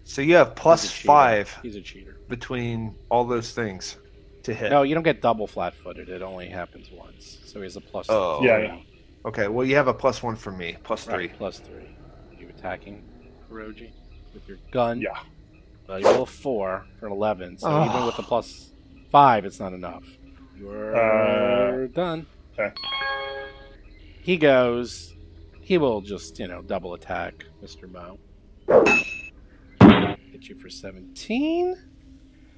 So you have plus
He's a cheater.
five
He's a cheater.
between all those things to hit.
No, you don't get double flat footed. It only happens once. So he has a plus
Oh.
Yeah,
three.
yeah.
Okay. Well, you have a plus one for me. Plus
Right,
three.
plus three. Are you attacking Hiroji with your gun?
Yeah.
Well, you roll a four for an 11. So
Oh.
even with the plus Five, it's not enough. You're done.
okay.
He goes. He will just, you know, double attack Mr. Mo. Hit you for 17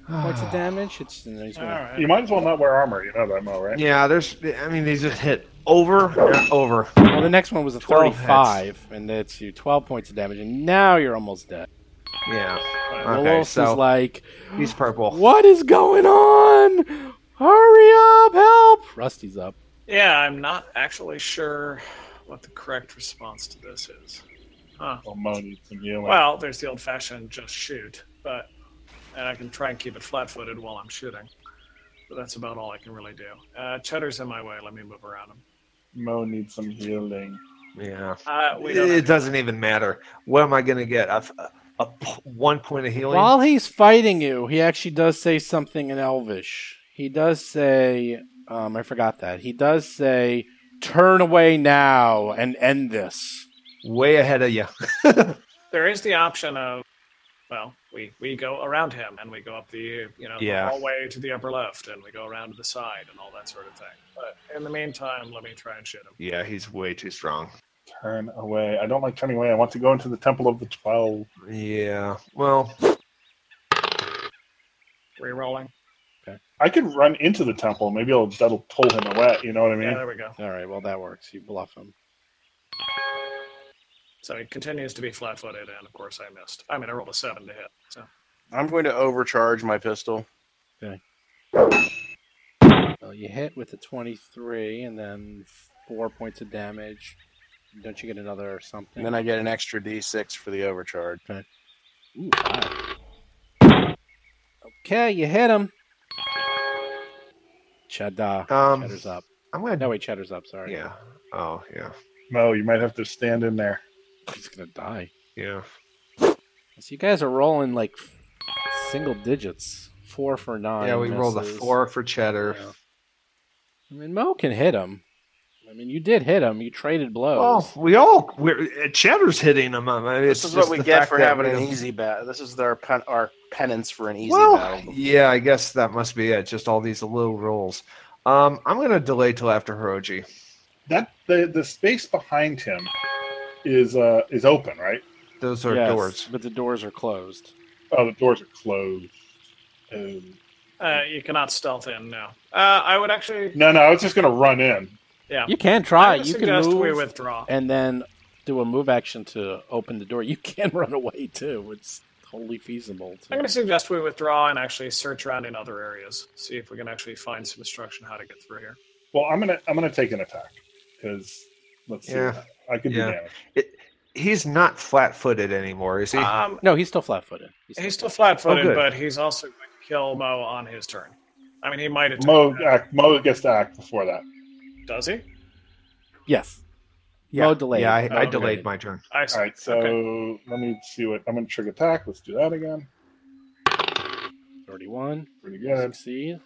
points
Ah.
of damage. It's, and he's
All
gonna,
right.
You might as well not wear armor. You know that, Mo, right?
Yeah, there's. I mean, they just hit over and over.
Well, the next one was a
12 hits.
35, and that's you 12 points of damage, and now you're almost dead.
Yeah.
Well,
Okay,
Wolf's
so
is like,
he's purple.
What is going on? Hurry up, help! Rusty's up.
Yeah, I'm not actually sure what the correct response to this is. Huh.
Well, Mo needs some healing.
Well, there's the old-fashioned just shoot, but and I can try and keep it flat-footed while I'm shooting. But that's about all I can really do. Uh, Cheddar's in my way. Let me move around him.
Mo needs some healing.
Yeah.
Uh, we
It,
don't.
it doesn't even matter. What am I going to get? A, a p- one point of healing.
While he's fighting you, he actually does say something in Elvish. He does say, um, I forgot that. He does say, turn away now and end this.
Way ahead of you.
there is the option of, well, we we go around him and we go up the you know
Yeah.
the hallway to the upper left and we go around to the side and all that sort of thing. But in the meantime, let me try and shoot him.
yeah, he's way too strong.
Turn away. I don't like turning away. I want to go into the Temple of the Twelve.
Yeah. Well,
Rerolling.
I could run into the temple. Maybe I'll, that'll pull him away. You know what I mean?
Yeah, there we go.
All right, well, that works. You bluff him.
So he continues to be flat-footed, and of course I missed. I mean, I rolled a seven to hit. So
I'm going to overcharge my pistol.
Well, you hit with the 23 and then four points of damage. Don't you get another or something?
And then I get an extra D6 for the overcharge.
Ooh, wow. Okay, you hit him. Cheddar.
um,
Cheddar's up.
I'm going to.
No, wait, Cheddar's up, sorry.
Yeah. Oh, yeah.
Mo, you might have to stand in there.
He's going to die.
Yeah.
So you guys are rolling like single digits. Four for nine.
Yeah, we rolled a
misses.
four for cheddar.
Yeah. I mean, Mo can hit him. I mean, you did hit him. You traded blows.
Well, we all we're uh, Cheddar's hitting him. I mean, it's
This is
just
what we
the
get
fact
for
that
having an
we-
easy battle. This is our pen- our penance for an easy
Well,
battle.
yeah, I guess that must be it. Just all these little rolls. Um, I'm gonna delay till after Hiroji.
That the the space behind him is uh is open, right?
Those are
Yes,
doors.
But the doors are closed.
Oh, the doors are closed. Um,
uh, you cannot stealth in. No, uh, I would actually.
no, no, I was just gonna run in.
Yeah,
You can
I
try.
would
Ah, You can
suggest
move.
we withdraw.
and then do a move action to open the door. You can run away too. It's totally feasible.
I'm going
To...
to suggest we withdraw and actually search around in other areas, see if we can actually find some instruction how to get through here.
Well, I'm gonna I'm gonna take an attack because let's see.
Yeah.
I could
Yeah.
do damage.
He's not flat-footed anymore, is he?
Uh,
Um,
No, he's still flat-footed.
he's still flat-footed,
Oh, good.
but he's also going to kill Mo on his turn. I mean, he might have.
Mo act, Mo gets to act before that.
Does he?
yes.
yeah.
Mo delayed.
Yeah, I, I
Oh,
delayed
okay.
my turn.
I see.
All right, so
Okay.
let me see what I'm gonna trigger attack. Let's do that again.
Thirty-one.
Pretty good.
Succeed.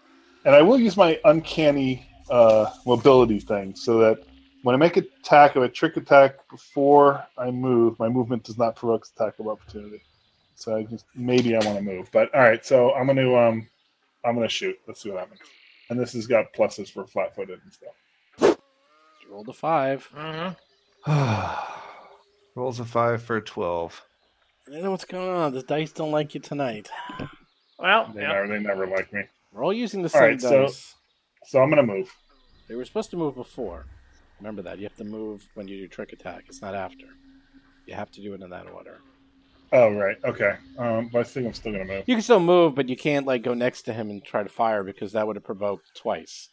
And I will use my uncanny uh, mobility thing so that when I make attack of a trick attack before I move, my movement does not provoke attack of opportunity. So I just maybe I want to move, but all right. So I'm gonna um I'm gonna shoot. Let's see what happens. And this has got pluses for flat-footed and stuff.
Rolled a five.
Mhm.
Rolls a five for a twelve.
I don't know what's going on. The dice don't like you tonight.
Well,
They
yeah.
never they never like me.
We're all using the same
right, so-
dice.
So I'm gonna move.
They were supposed to move before. Remember that. You have to move when you do trick attack. It's not after. You have to do it in that order.
Oh right, okay. Um, but I think I'm still gonna move.
You can still move, but you can't like go next to him and try to fire because that would have provoked twice.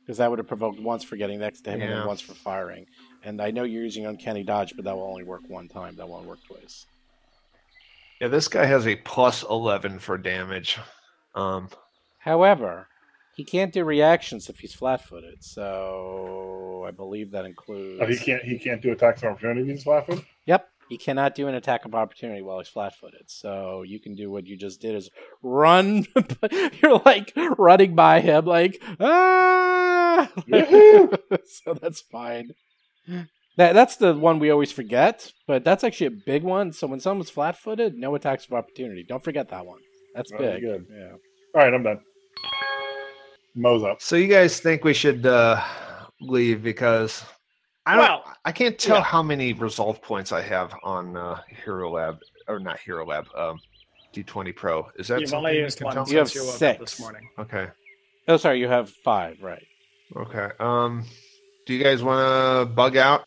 Because that would have provoked once for getting next to him and
Yeah.
then once for firing. And I know you're using uncanny dodge, but that will only work one time. That won't work twice.
Yeah, this guy has a plus eleven for damage. Um,
However, he can't do reactions if he's flat-footed. So I believe that includes.
Oh, he can't. He can't do attacks of opportunity. He's laughing.
Yep, he cannot do an attack of opportunity while he's flat-footed. So you can do what you just did: is run. You're like running by him, like ah.
Yoo-hoo!
so that's fine. That that's the one we always forget, but that's actually a big one. So when someone's flat-footed, no attacks of opportunity. Don't forget that one. That's
Oh,
big.
good.
Yeah.
All right, I'm done. Mo's up.
So you guys think we should uh, leave because I don't.
Well,
I can't tell
yeah.
how many resolve points I have on uh, Hero Lab or not Hero Lab. Um, D20 Pro. Is that
You've
something
only
you
used
can
one
tell?
since
You have
you woke up this
six.
morning.
Okay.
Oh, sorry, you have five, right?
Okay. Um, do you guys want to bug out?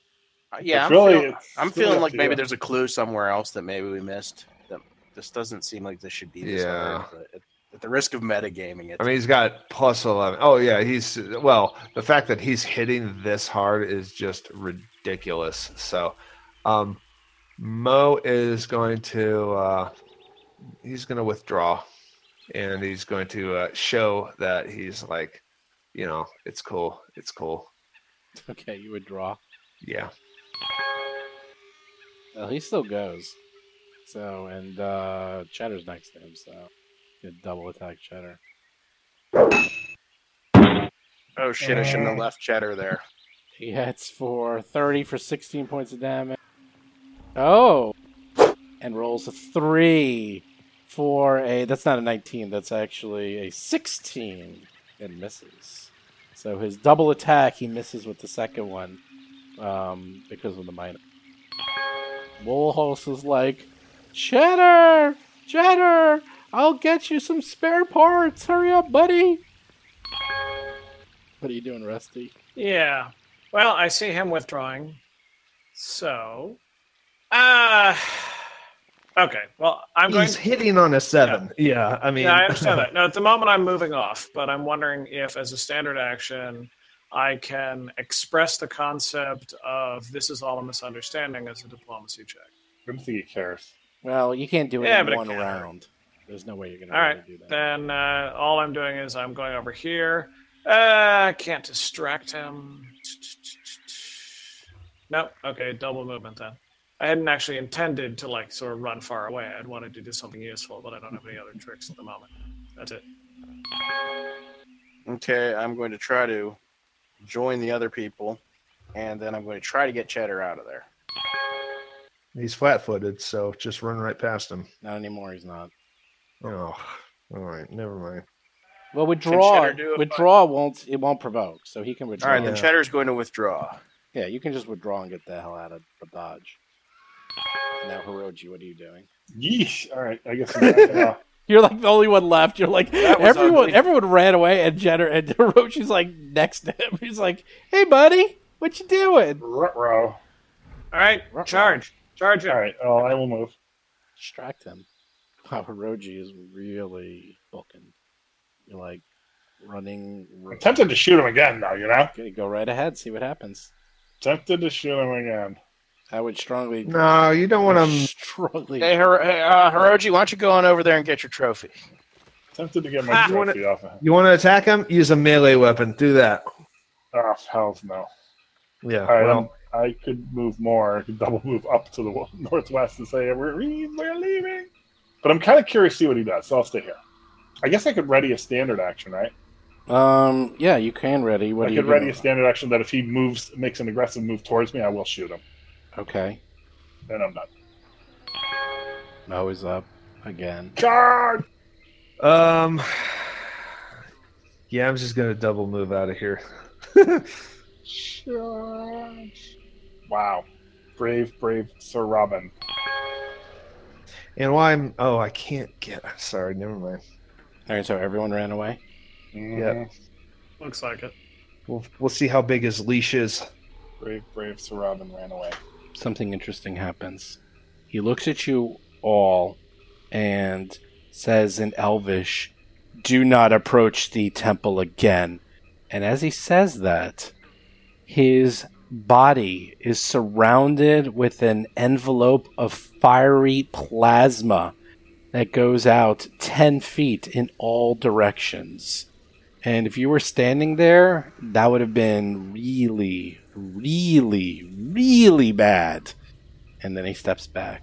Uh, Yeah,
It's
I'm,
really-
feel-
it's
I'm
really
feeling
up
like
to
maybe
you.
there's a clue somewhere else that maybe we missed. That this doesn't seem like this should be. This
Yeah.
hard, but at, at the risk of metagaming it,
I mean, he's got plus 11. Oh, yeah. He's, well, the fact that he's hitting this hard is just ridiculous. So, um, Mo is going to, uh, he's going to withdraw and he's going to uh, show that he's like, you know, it's cool. It's cool.
Okay, you would draw.
Yeah.
Well, he still goes. So, and uh, Cheddar's next to him, so you double attack Cheddar.
oh shit, I shouldn't have left Cheddar there.
He hits for 30 for 16 points of damage. Oh! And rolls a 3 for a. That's not a 19, that's actually a 16 and misses. So his double attack, he misses with the second one um, because of the minus. Woolhouse is like, Cheddar! Cheddar! I'll get you some spare parts! Hurry up, buddy! What are you doing, Rusty?
Yeah. Well, I see him withdrawing. So, uh, okay. Well, I'm going.
he's hitting on a seven. Yeah. I mean,
Yeah, I understand that. No, at the moment I'm moving off, but I'm wondering if, as a standard action, I can express the concept of this is all a misunderstanding as a diplomacy check.
I don't think he cares.
Well, you can't do it
Yeah,
in
but it
one
can.
round. There's no way you're gonna
All
be
right,
able to do that.
then uh, all I'm doing is I'm going over here. Uh, I can't distract him. No, okay, double movement then. I hadn't actually intended to like sort of run far away. I'd wanted to do something useful, but I don't have any other tricks at the moment. That's it.
Okay, I'm going to try to join the other people, and then I'm going to try to get Cheddar out of there.
he's flat footed. So just run right past him.
Not anymore. He's not.
Oh, all right. Never mind.
Well,
Cheddar
withdraw.
do it,
Withdraw won't. It won't provoke, so he can
All
withdraw.
right, then
Yeah.
Cheddar's going to withdraw.
Yeah, you can just withdraw and get the hell out of the dodge. Now, Hiroji, what are you doing?
Yeesh. All right. I guess I'm back now.
You're like the only one left. You're like
That was
everyone.
ugly.
Everyone ran away, and Jenner and Hiroji's like next to him. He's like, "Hey, buddy, what you doing?"
Ruh-roh.
All right,
Ruh-roh.
charge, charge
All
him.
right. Oh, I will move.
Distract him. Wow, Hiroji is really booking. You're like running.
I'm tempted to shoot him again, though, you know?
Okay, go right ahead. See what happens.
Tempted to shoot him again.
I would strongly,
No, you don't want to
strongly.
Hey, Hir- hey, uh, Hiroji, why don't you go on over there and get your trophy?
Tempted to get
Ah.
my
You wanna-
trophy off of him.
You want to attack him? Use a melee weapon. Do that.
Oh, hell's no.
Yeah.
All right.
well,
um, I could move more. I could double move up to the wo- northwest and say, we're, re- we're leaving. But I'm kind of curious to see what he does, so I'll stay here. I guess I could ready a standard action, right?
Um, yeah, you can ready. What
I
do
could
you
ready
do?
a standard action that if he moves, makes an aggressive move towards me, I will shoot him.
Okay,
Then I'm done.
Mo is up again.
Charge!
um. Yeah, I'm just gonna double move out of here.
Charge! Wow. Brave, brave Sir Robin.
and why I'm? Oh, I can't get. I'm sorry. Never mind.
All right, so everyone ran away.
Mhm.
Looks like it.
We'll we'll see how big his leash is.
Brave, brave Sir Robin ran away.
Something interesting happens. He looks at you all and says in Elvish, "Do not approach the temple again." And as he says that, his body is surrounded with an envelope of fiery plasma that goes out 10 feet in all directions. And if you were standing there, that would have been really, really, really bad. And then he steps back.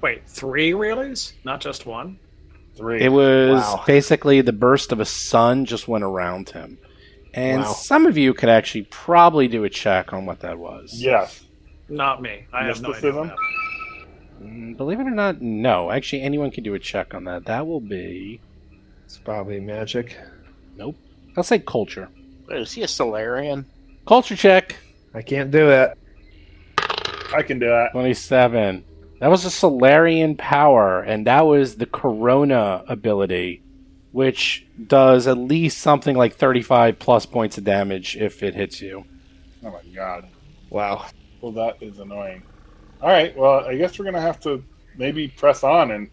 Wait, three reallys, not just one.
Three.
It was
Wow.
basically the burst of a sun just went around him. And
Wow.
some of you could actually probably do a check on what that was.
yes.
Not me. I have no idea.
Mysticism?
what happened.
Mm, Believe it or not, no. Actually, anyone can do a check on that. That will be
It's probably magic.
nope. I'll say culture.
Wait, is he a Solarian?
Culture check.
I can't do it.
I can do that.
27. That was a Solarian power, and that was the Corona ability, which does at least something like 35 plus points of damage if it hits you.
Oh my god.
Wow.
Well, that is annoying. All right. Well, I guess we're gonna have to maybe press on, and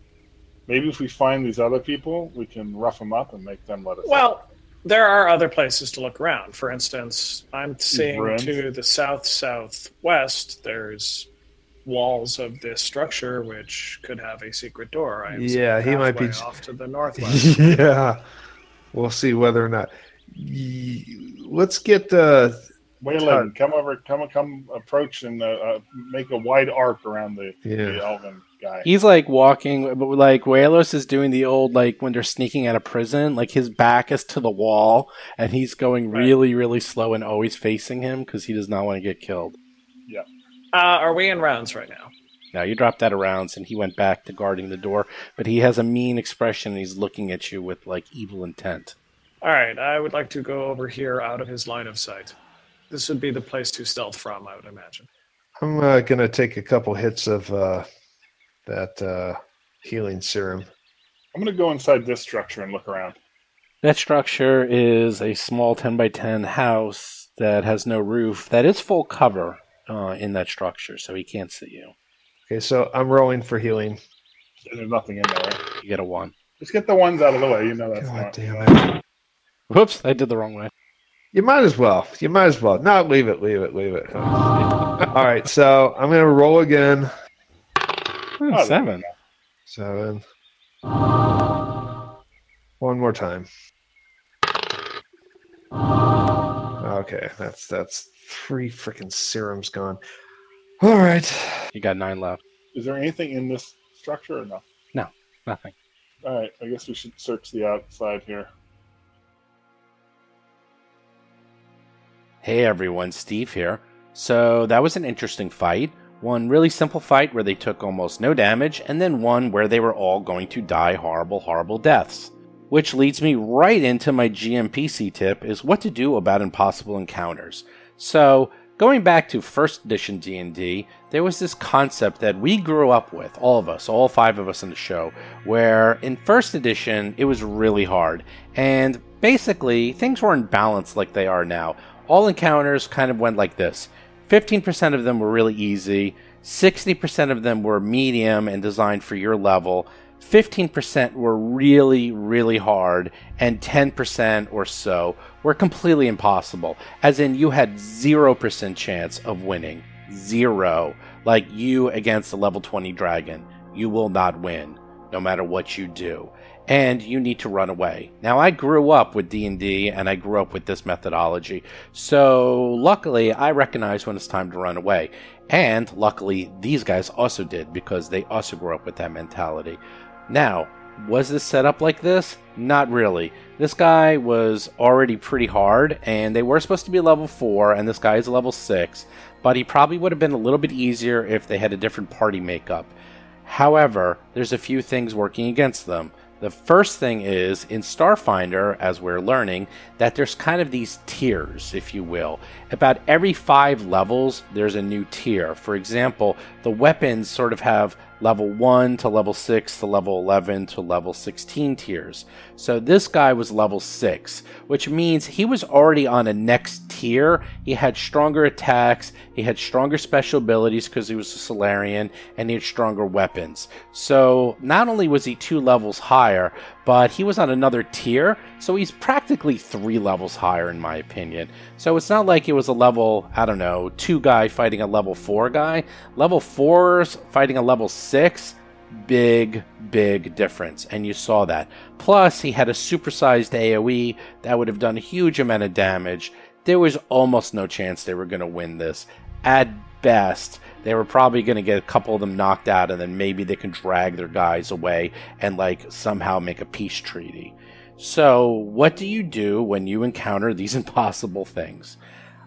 maybe if we find these other people, we can rough them up and make them let us.
Well, there are other places to look around. For instance, I'm seeing
Ruins.
to the south southwest. There's walls of this structure which could have a secret door. I am seeing
Yeah, he might be
halfway
j-
off to the northwest.
yeah. We'll see whether or not. Y- Let's get uh, the.
Waylon, come over, come, come, approach, and uh, uh, make a wide arc around the,
Yeah.
the Elven guy.
He's like walking, but like Walos is doing the old, like when they're sneaking out of prison, like his back is to the wall, and he's going
Right.
really, really slow and always facing him because he does not want to get killed.
uh, are we in rounds right now?
Now, you dropped out of rounds, and he went back to guarding the door, but he has a mean expression, and he's looking at you with like evil intent.
All right, I would like to go over here out of his line of sight. This would be the place to stealth from, I would imagine.
I'm uh, going to take a couple hits of uh, that uh, healing serum.
I'm gonna go inside this structure and look around.
That structure is a small 10 by 10 house that has no roof, that is full cover uh, in that structure, so he can't see you.
Okay, so I'm rolling for healing.
There's nothing in there. Right?
You get a 1.
Just get the ones out of the way. You know that's
God
not.
damn it.
Whoops, I did the wrong way.
You might as well. You might as well. No, leave it, leave it, leave it. All right, so I'm going to roll again.
Oh,
there
seven.
Seven. One more time. Okay, that's that's three freaking serums gone. All right.
You got 9 left.
Is there anything in this structure or no?
Nothing.
All right. I guess we should search the outside here.
Hey everyone, Steve here. So that was an interesting fight. One really simple fight where they took almost no damage, and then one where they were all going to die horrible, horrible deaths. Which leads me right into my GMPC tip is what to do about impossible encounters. So, going back to first edition D&D, there was this concept that we grew up with, all of us, all five of us in the show, where in first edition it was really hard and basically things weren't balanced like they are now. All encounters kind of went like this. 15% of them were really easy, 60% of them were medium and designed for your level, 15% were really, really hard, and 10% or so were completely impossible. As in, you had 0% chance of winning. Zero. Like you against a level 20 dragon. You will not win, no matter what you do. And you need to run away. Now, I grew up with D&D, and I grew up with this methodology. So, luckily, I recognize when it's time to run away. And luckily, these guys also did because they also grew up with that mentality. Now, was this set up like this? Not really. This guy was already pretty hard, and they were supposed to be level 4, and this guy is level 6, but he probably would have been a little bit easier if they had a different party makeup. However, there's a few things working against them. The first thing is in Starfinder, as we're learning, that there's kind of these tiers, if you will. About every five levels, there's a new tier. For example, the weapons sort of have level 1 to level 6 to level 11 to level 16 tiers. So this guy was level 6, which means he was already on a next tier. He had stronger attacks, he had stronger special abilities because he was a Solarian, and he had stronger weapons. So not only was he two levels higher, but he was on another tier, so he's practically three levels higher, in my opinion. So it's not like it was a level, I don't know, two guy fighting a level four guy. Level fours fighting a level six, big, big difference. And you saw that. Plus, he had a supersized AoE that would have done a huge amount of damage. There was almost no chance they were going to win this. At best, they were probably going to get a couple of them knocked out, and then maybe they can drag their guys away and, like, somehow make a peace treaty. So, what do you do when you encounter these impossible things?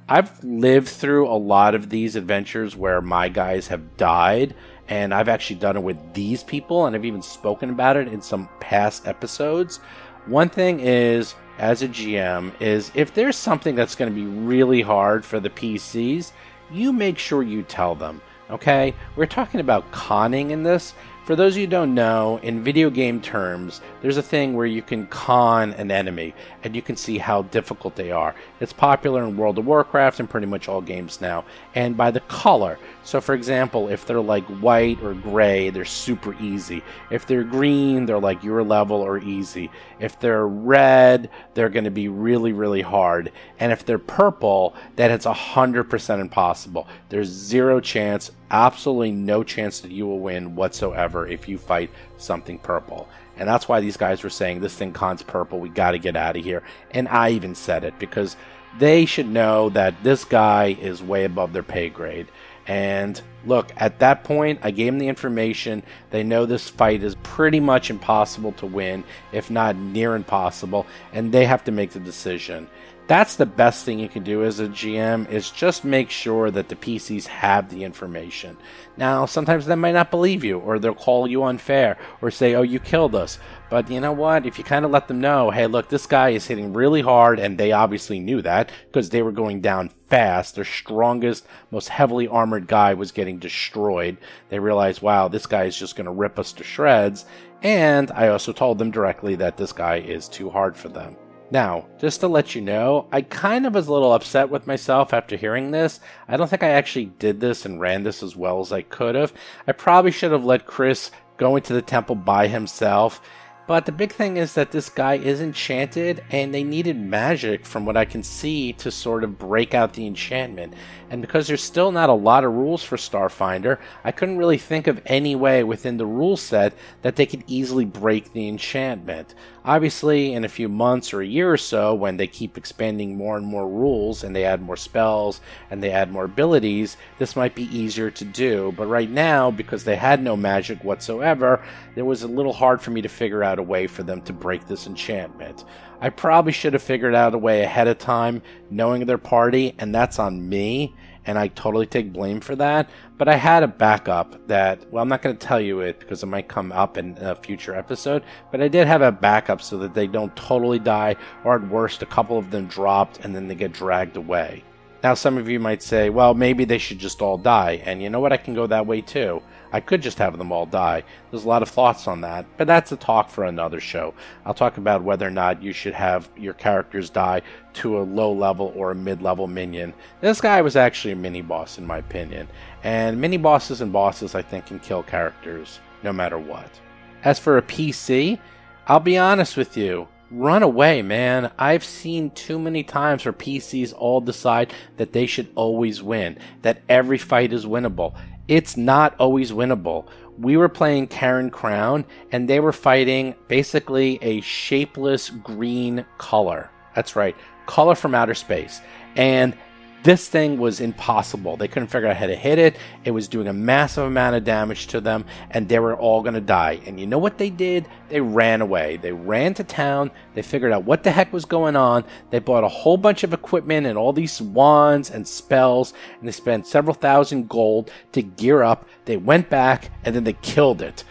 I've lived through a lot of these adventures where my guys have died, and I've actually done it with these people, and I've even spoken about it in some past episodes. One thing is as a GM is if there's something that's going to be really hard for the PCs, you make sure you tell them. Okay? We're talking about conning in this. For those of you who don't know, in video game terms, there's a thing where you can con an enemy and you can see how difficult they are. It's popular in World of Warcraft and pretty much all games now, and by the color. So, for example, if they're like white or gray, they're super easy. If they're green, they're like your level or easy. If they're red, they're going to be really, really hard. And if they're purple, then it's 100% impossible. There's zero chance, absolutely no chance that you will win whatsoever if you fight something purple. And that's why these guys were saying this thing cons purple, we got to get out of here. And I even said it because they should know that this guy is way above their pay grade. And look, at that point, I gave them the information. They know this fight is pretty much impossible to win, if not near impossible, and they have to make the decision. That's the best thing you can do as a GM is just make sure that the PCs have the information. Now, sometimes they might not believe you, or they'll call you unfair, or say, "Oh, you killed us." But you know what? If you kind of let them know, "Hey, look, this guy is hitting really hard," and they obviously knew that because they were going down fast. Their strongest, most heavily armored guy was getting destroyed. They realized, "Wow, this guy is just going to rip us to shreds." And I also told them directly that this guy is too hard for them. Now, just to let you know, I kind of was a little upset with myself after hearing this. I don't think I actually did this and ran this as well as I could have. I probably should have let Chris go into the temple by himself. But the big thing is that this guy is enchanted, and they needed magic, from what I can see, to sort of break out the enchantment. And because there's still not a lot of rules for Starfinder, I couldn't really think of any way within the rule set that they could easily break the enchantment. Obviously, in a few months or a year or so, when they keep expanding more and more rules and they add more spells and they add more abilities, this might be easier to do. But right now, because they had no magic whatsoever, it was a little hard for me to figure out a way for them to break this enchantment. I probably should have figured out a way ahead of time, knowing their party, and that's on me, and I totally take blame for that. But I had a backup that, well, I'm not going to tell you it because it might come up in a future episode, but I did have a backup so that they don't totally die, or at worst, a couple of them dropped and then they get dragged away. Now, some of you might say, well, maybe they should just all die, and you know what? I can go that way too. I could just have them all die. There's a lot of thoughts on that, but that's a talk for another show. I'll talk about whether or not you should have your characters die to a low level or a mid level minion. This guy was actually a mini boss, in my opinion, and mini bosses and bosses, I think, can kill characters no matter what. As for a PC, I'll be honest with you. Run away, man. I've seen too many times where PCs all decide that they should always win, that every fight is winnable it's not always winnable. We were playing Karen Crown and they were fighting basically a shapeless green color. That's right, color from outer space. And this thing was impossible. They couldn't figure out how to hit it. It was doing a massive amount of damage to them, and they were all going to die. And you know what they did? They ran away. They ran to town. They figured out what the heck was going on. They bought a whole bunch of equipment and all these wands and spells, and they spent several thousand gold to gear up. They went back, and then they killed it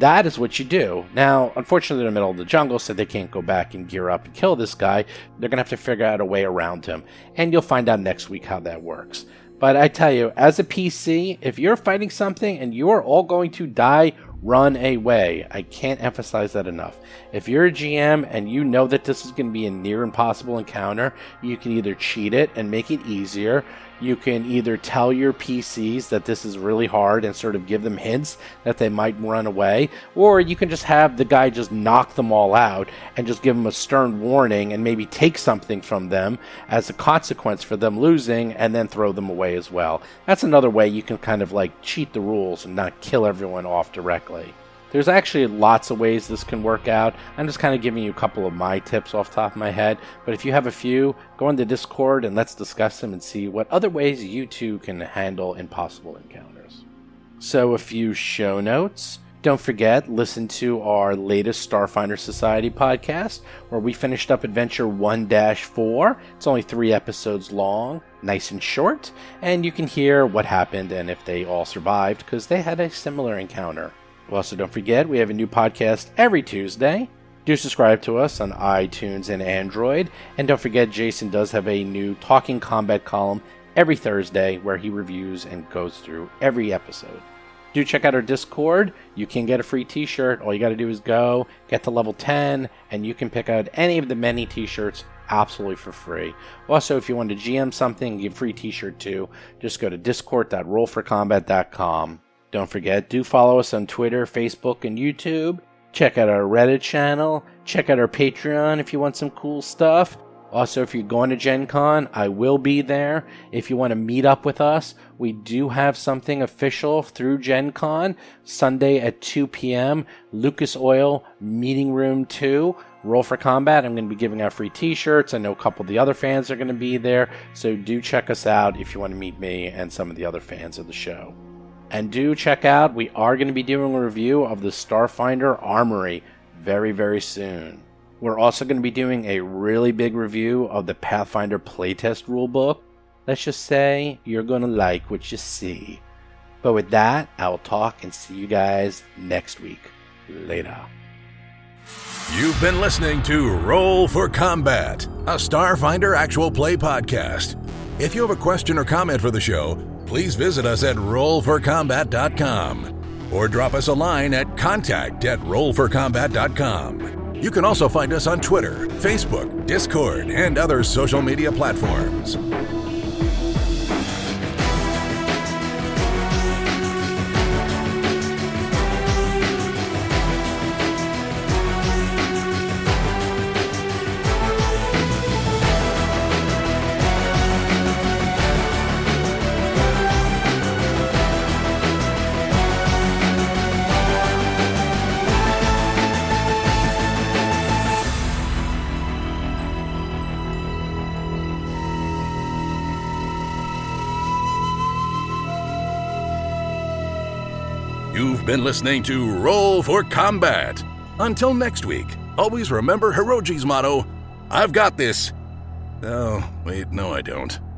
that is what you do. Now, unfortunately, they're in the middle of the jungle, so they can't go back and gear up and kill this guy. They're going to have to figure out a way around him. And you'll find out next week how that works. But I tell you, as a PC, if you're fighting something and you are all going to die, run away. I can't emphasize that enough. If you're a GM and you know that this is going to be a near impossible encounter, you can either cheat it and make it easier. You can either tell your PCs that this is really hard and sort of give them hints that they might run away, or you can just have the guy just knock them all out and just give them a stern warning and maybe take something from them as a consequence for them losing and then throw them away as well. That's another way you can kind of like cheat the rules and not kill everyone off directly. There's actually lots of ways this can work out. I'm just kind of giving you a couple of my tips off top of my head, but if you have a few, go into Discord and let's discuss them and see what other ways you too can handle impossible encounters. So, a few show notes. Don't forget, listen to our latest Starfinder Society podcast, where we finished up Adventure 1 4. It's only three episodes long nice and short, and you can hear what happened and if they all survived because they had a similar encounter. Also, don't forget, we have a new podcast every Tuesday. Do subscribe to us on iTunes and Android. And don't forget, Jason does have a new Talking Combat column every Thursday where he reviews and goes through every episode. Do check out our Discord. You can get a free t shirt. All you got to do is go, get to level 10, and you can pick out any of the many t shirts absolutely for free. Also, if you want to GM something, get a free t shirt too. Just go to discord.rollforcombat.com. Don't forget, do follow us on Twitter, Facebook, and YouTube. Check out our Reddit channel. Check out our Patreon if you want some cool stuff. Also, if you're going to Gen Con, I will be there. If you want to meet up with us, we do have something official through Gen Con Sunday at 2 p.m. Lucas Oil Meeting Room 2. Roll for Combat. I'm going to be giving out free t shirts. I know a couple of the other fans are going to be there. So do check us out if you want to meet me and some of the other fans of the show. And do check out, we are going to be doing a review of the Starfinder Armory very, very soon. We're also going to be doing a really big review of the Pathfinder playtest rulebook. Let's just say you're going to like what you see. But with that, I will talk and see you guys next week. Later.
You've been listening to Roll for Combat, a Starfinder actual play podcast. If you have a question or comment for the show, please visit us at rollforcombat.com or drop us a line at contact at rollforcombat.com. You can also find us on Twitter, Facebook, Discord, and other social media platforms. You've been listening to Roll for Combat. Until next week, always remember Hiroji's motto I've got this. Oh, wait, no, I don't.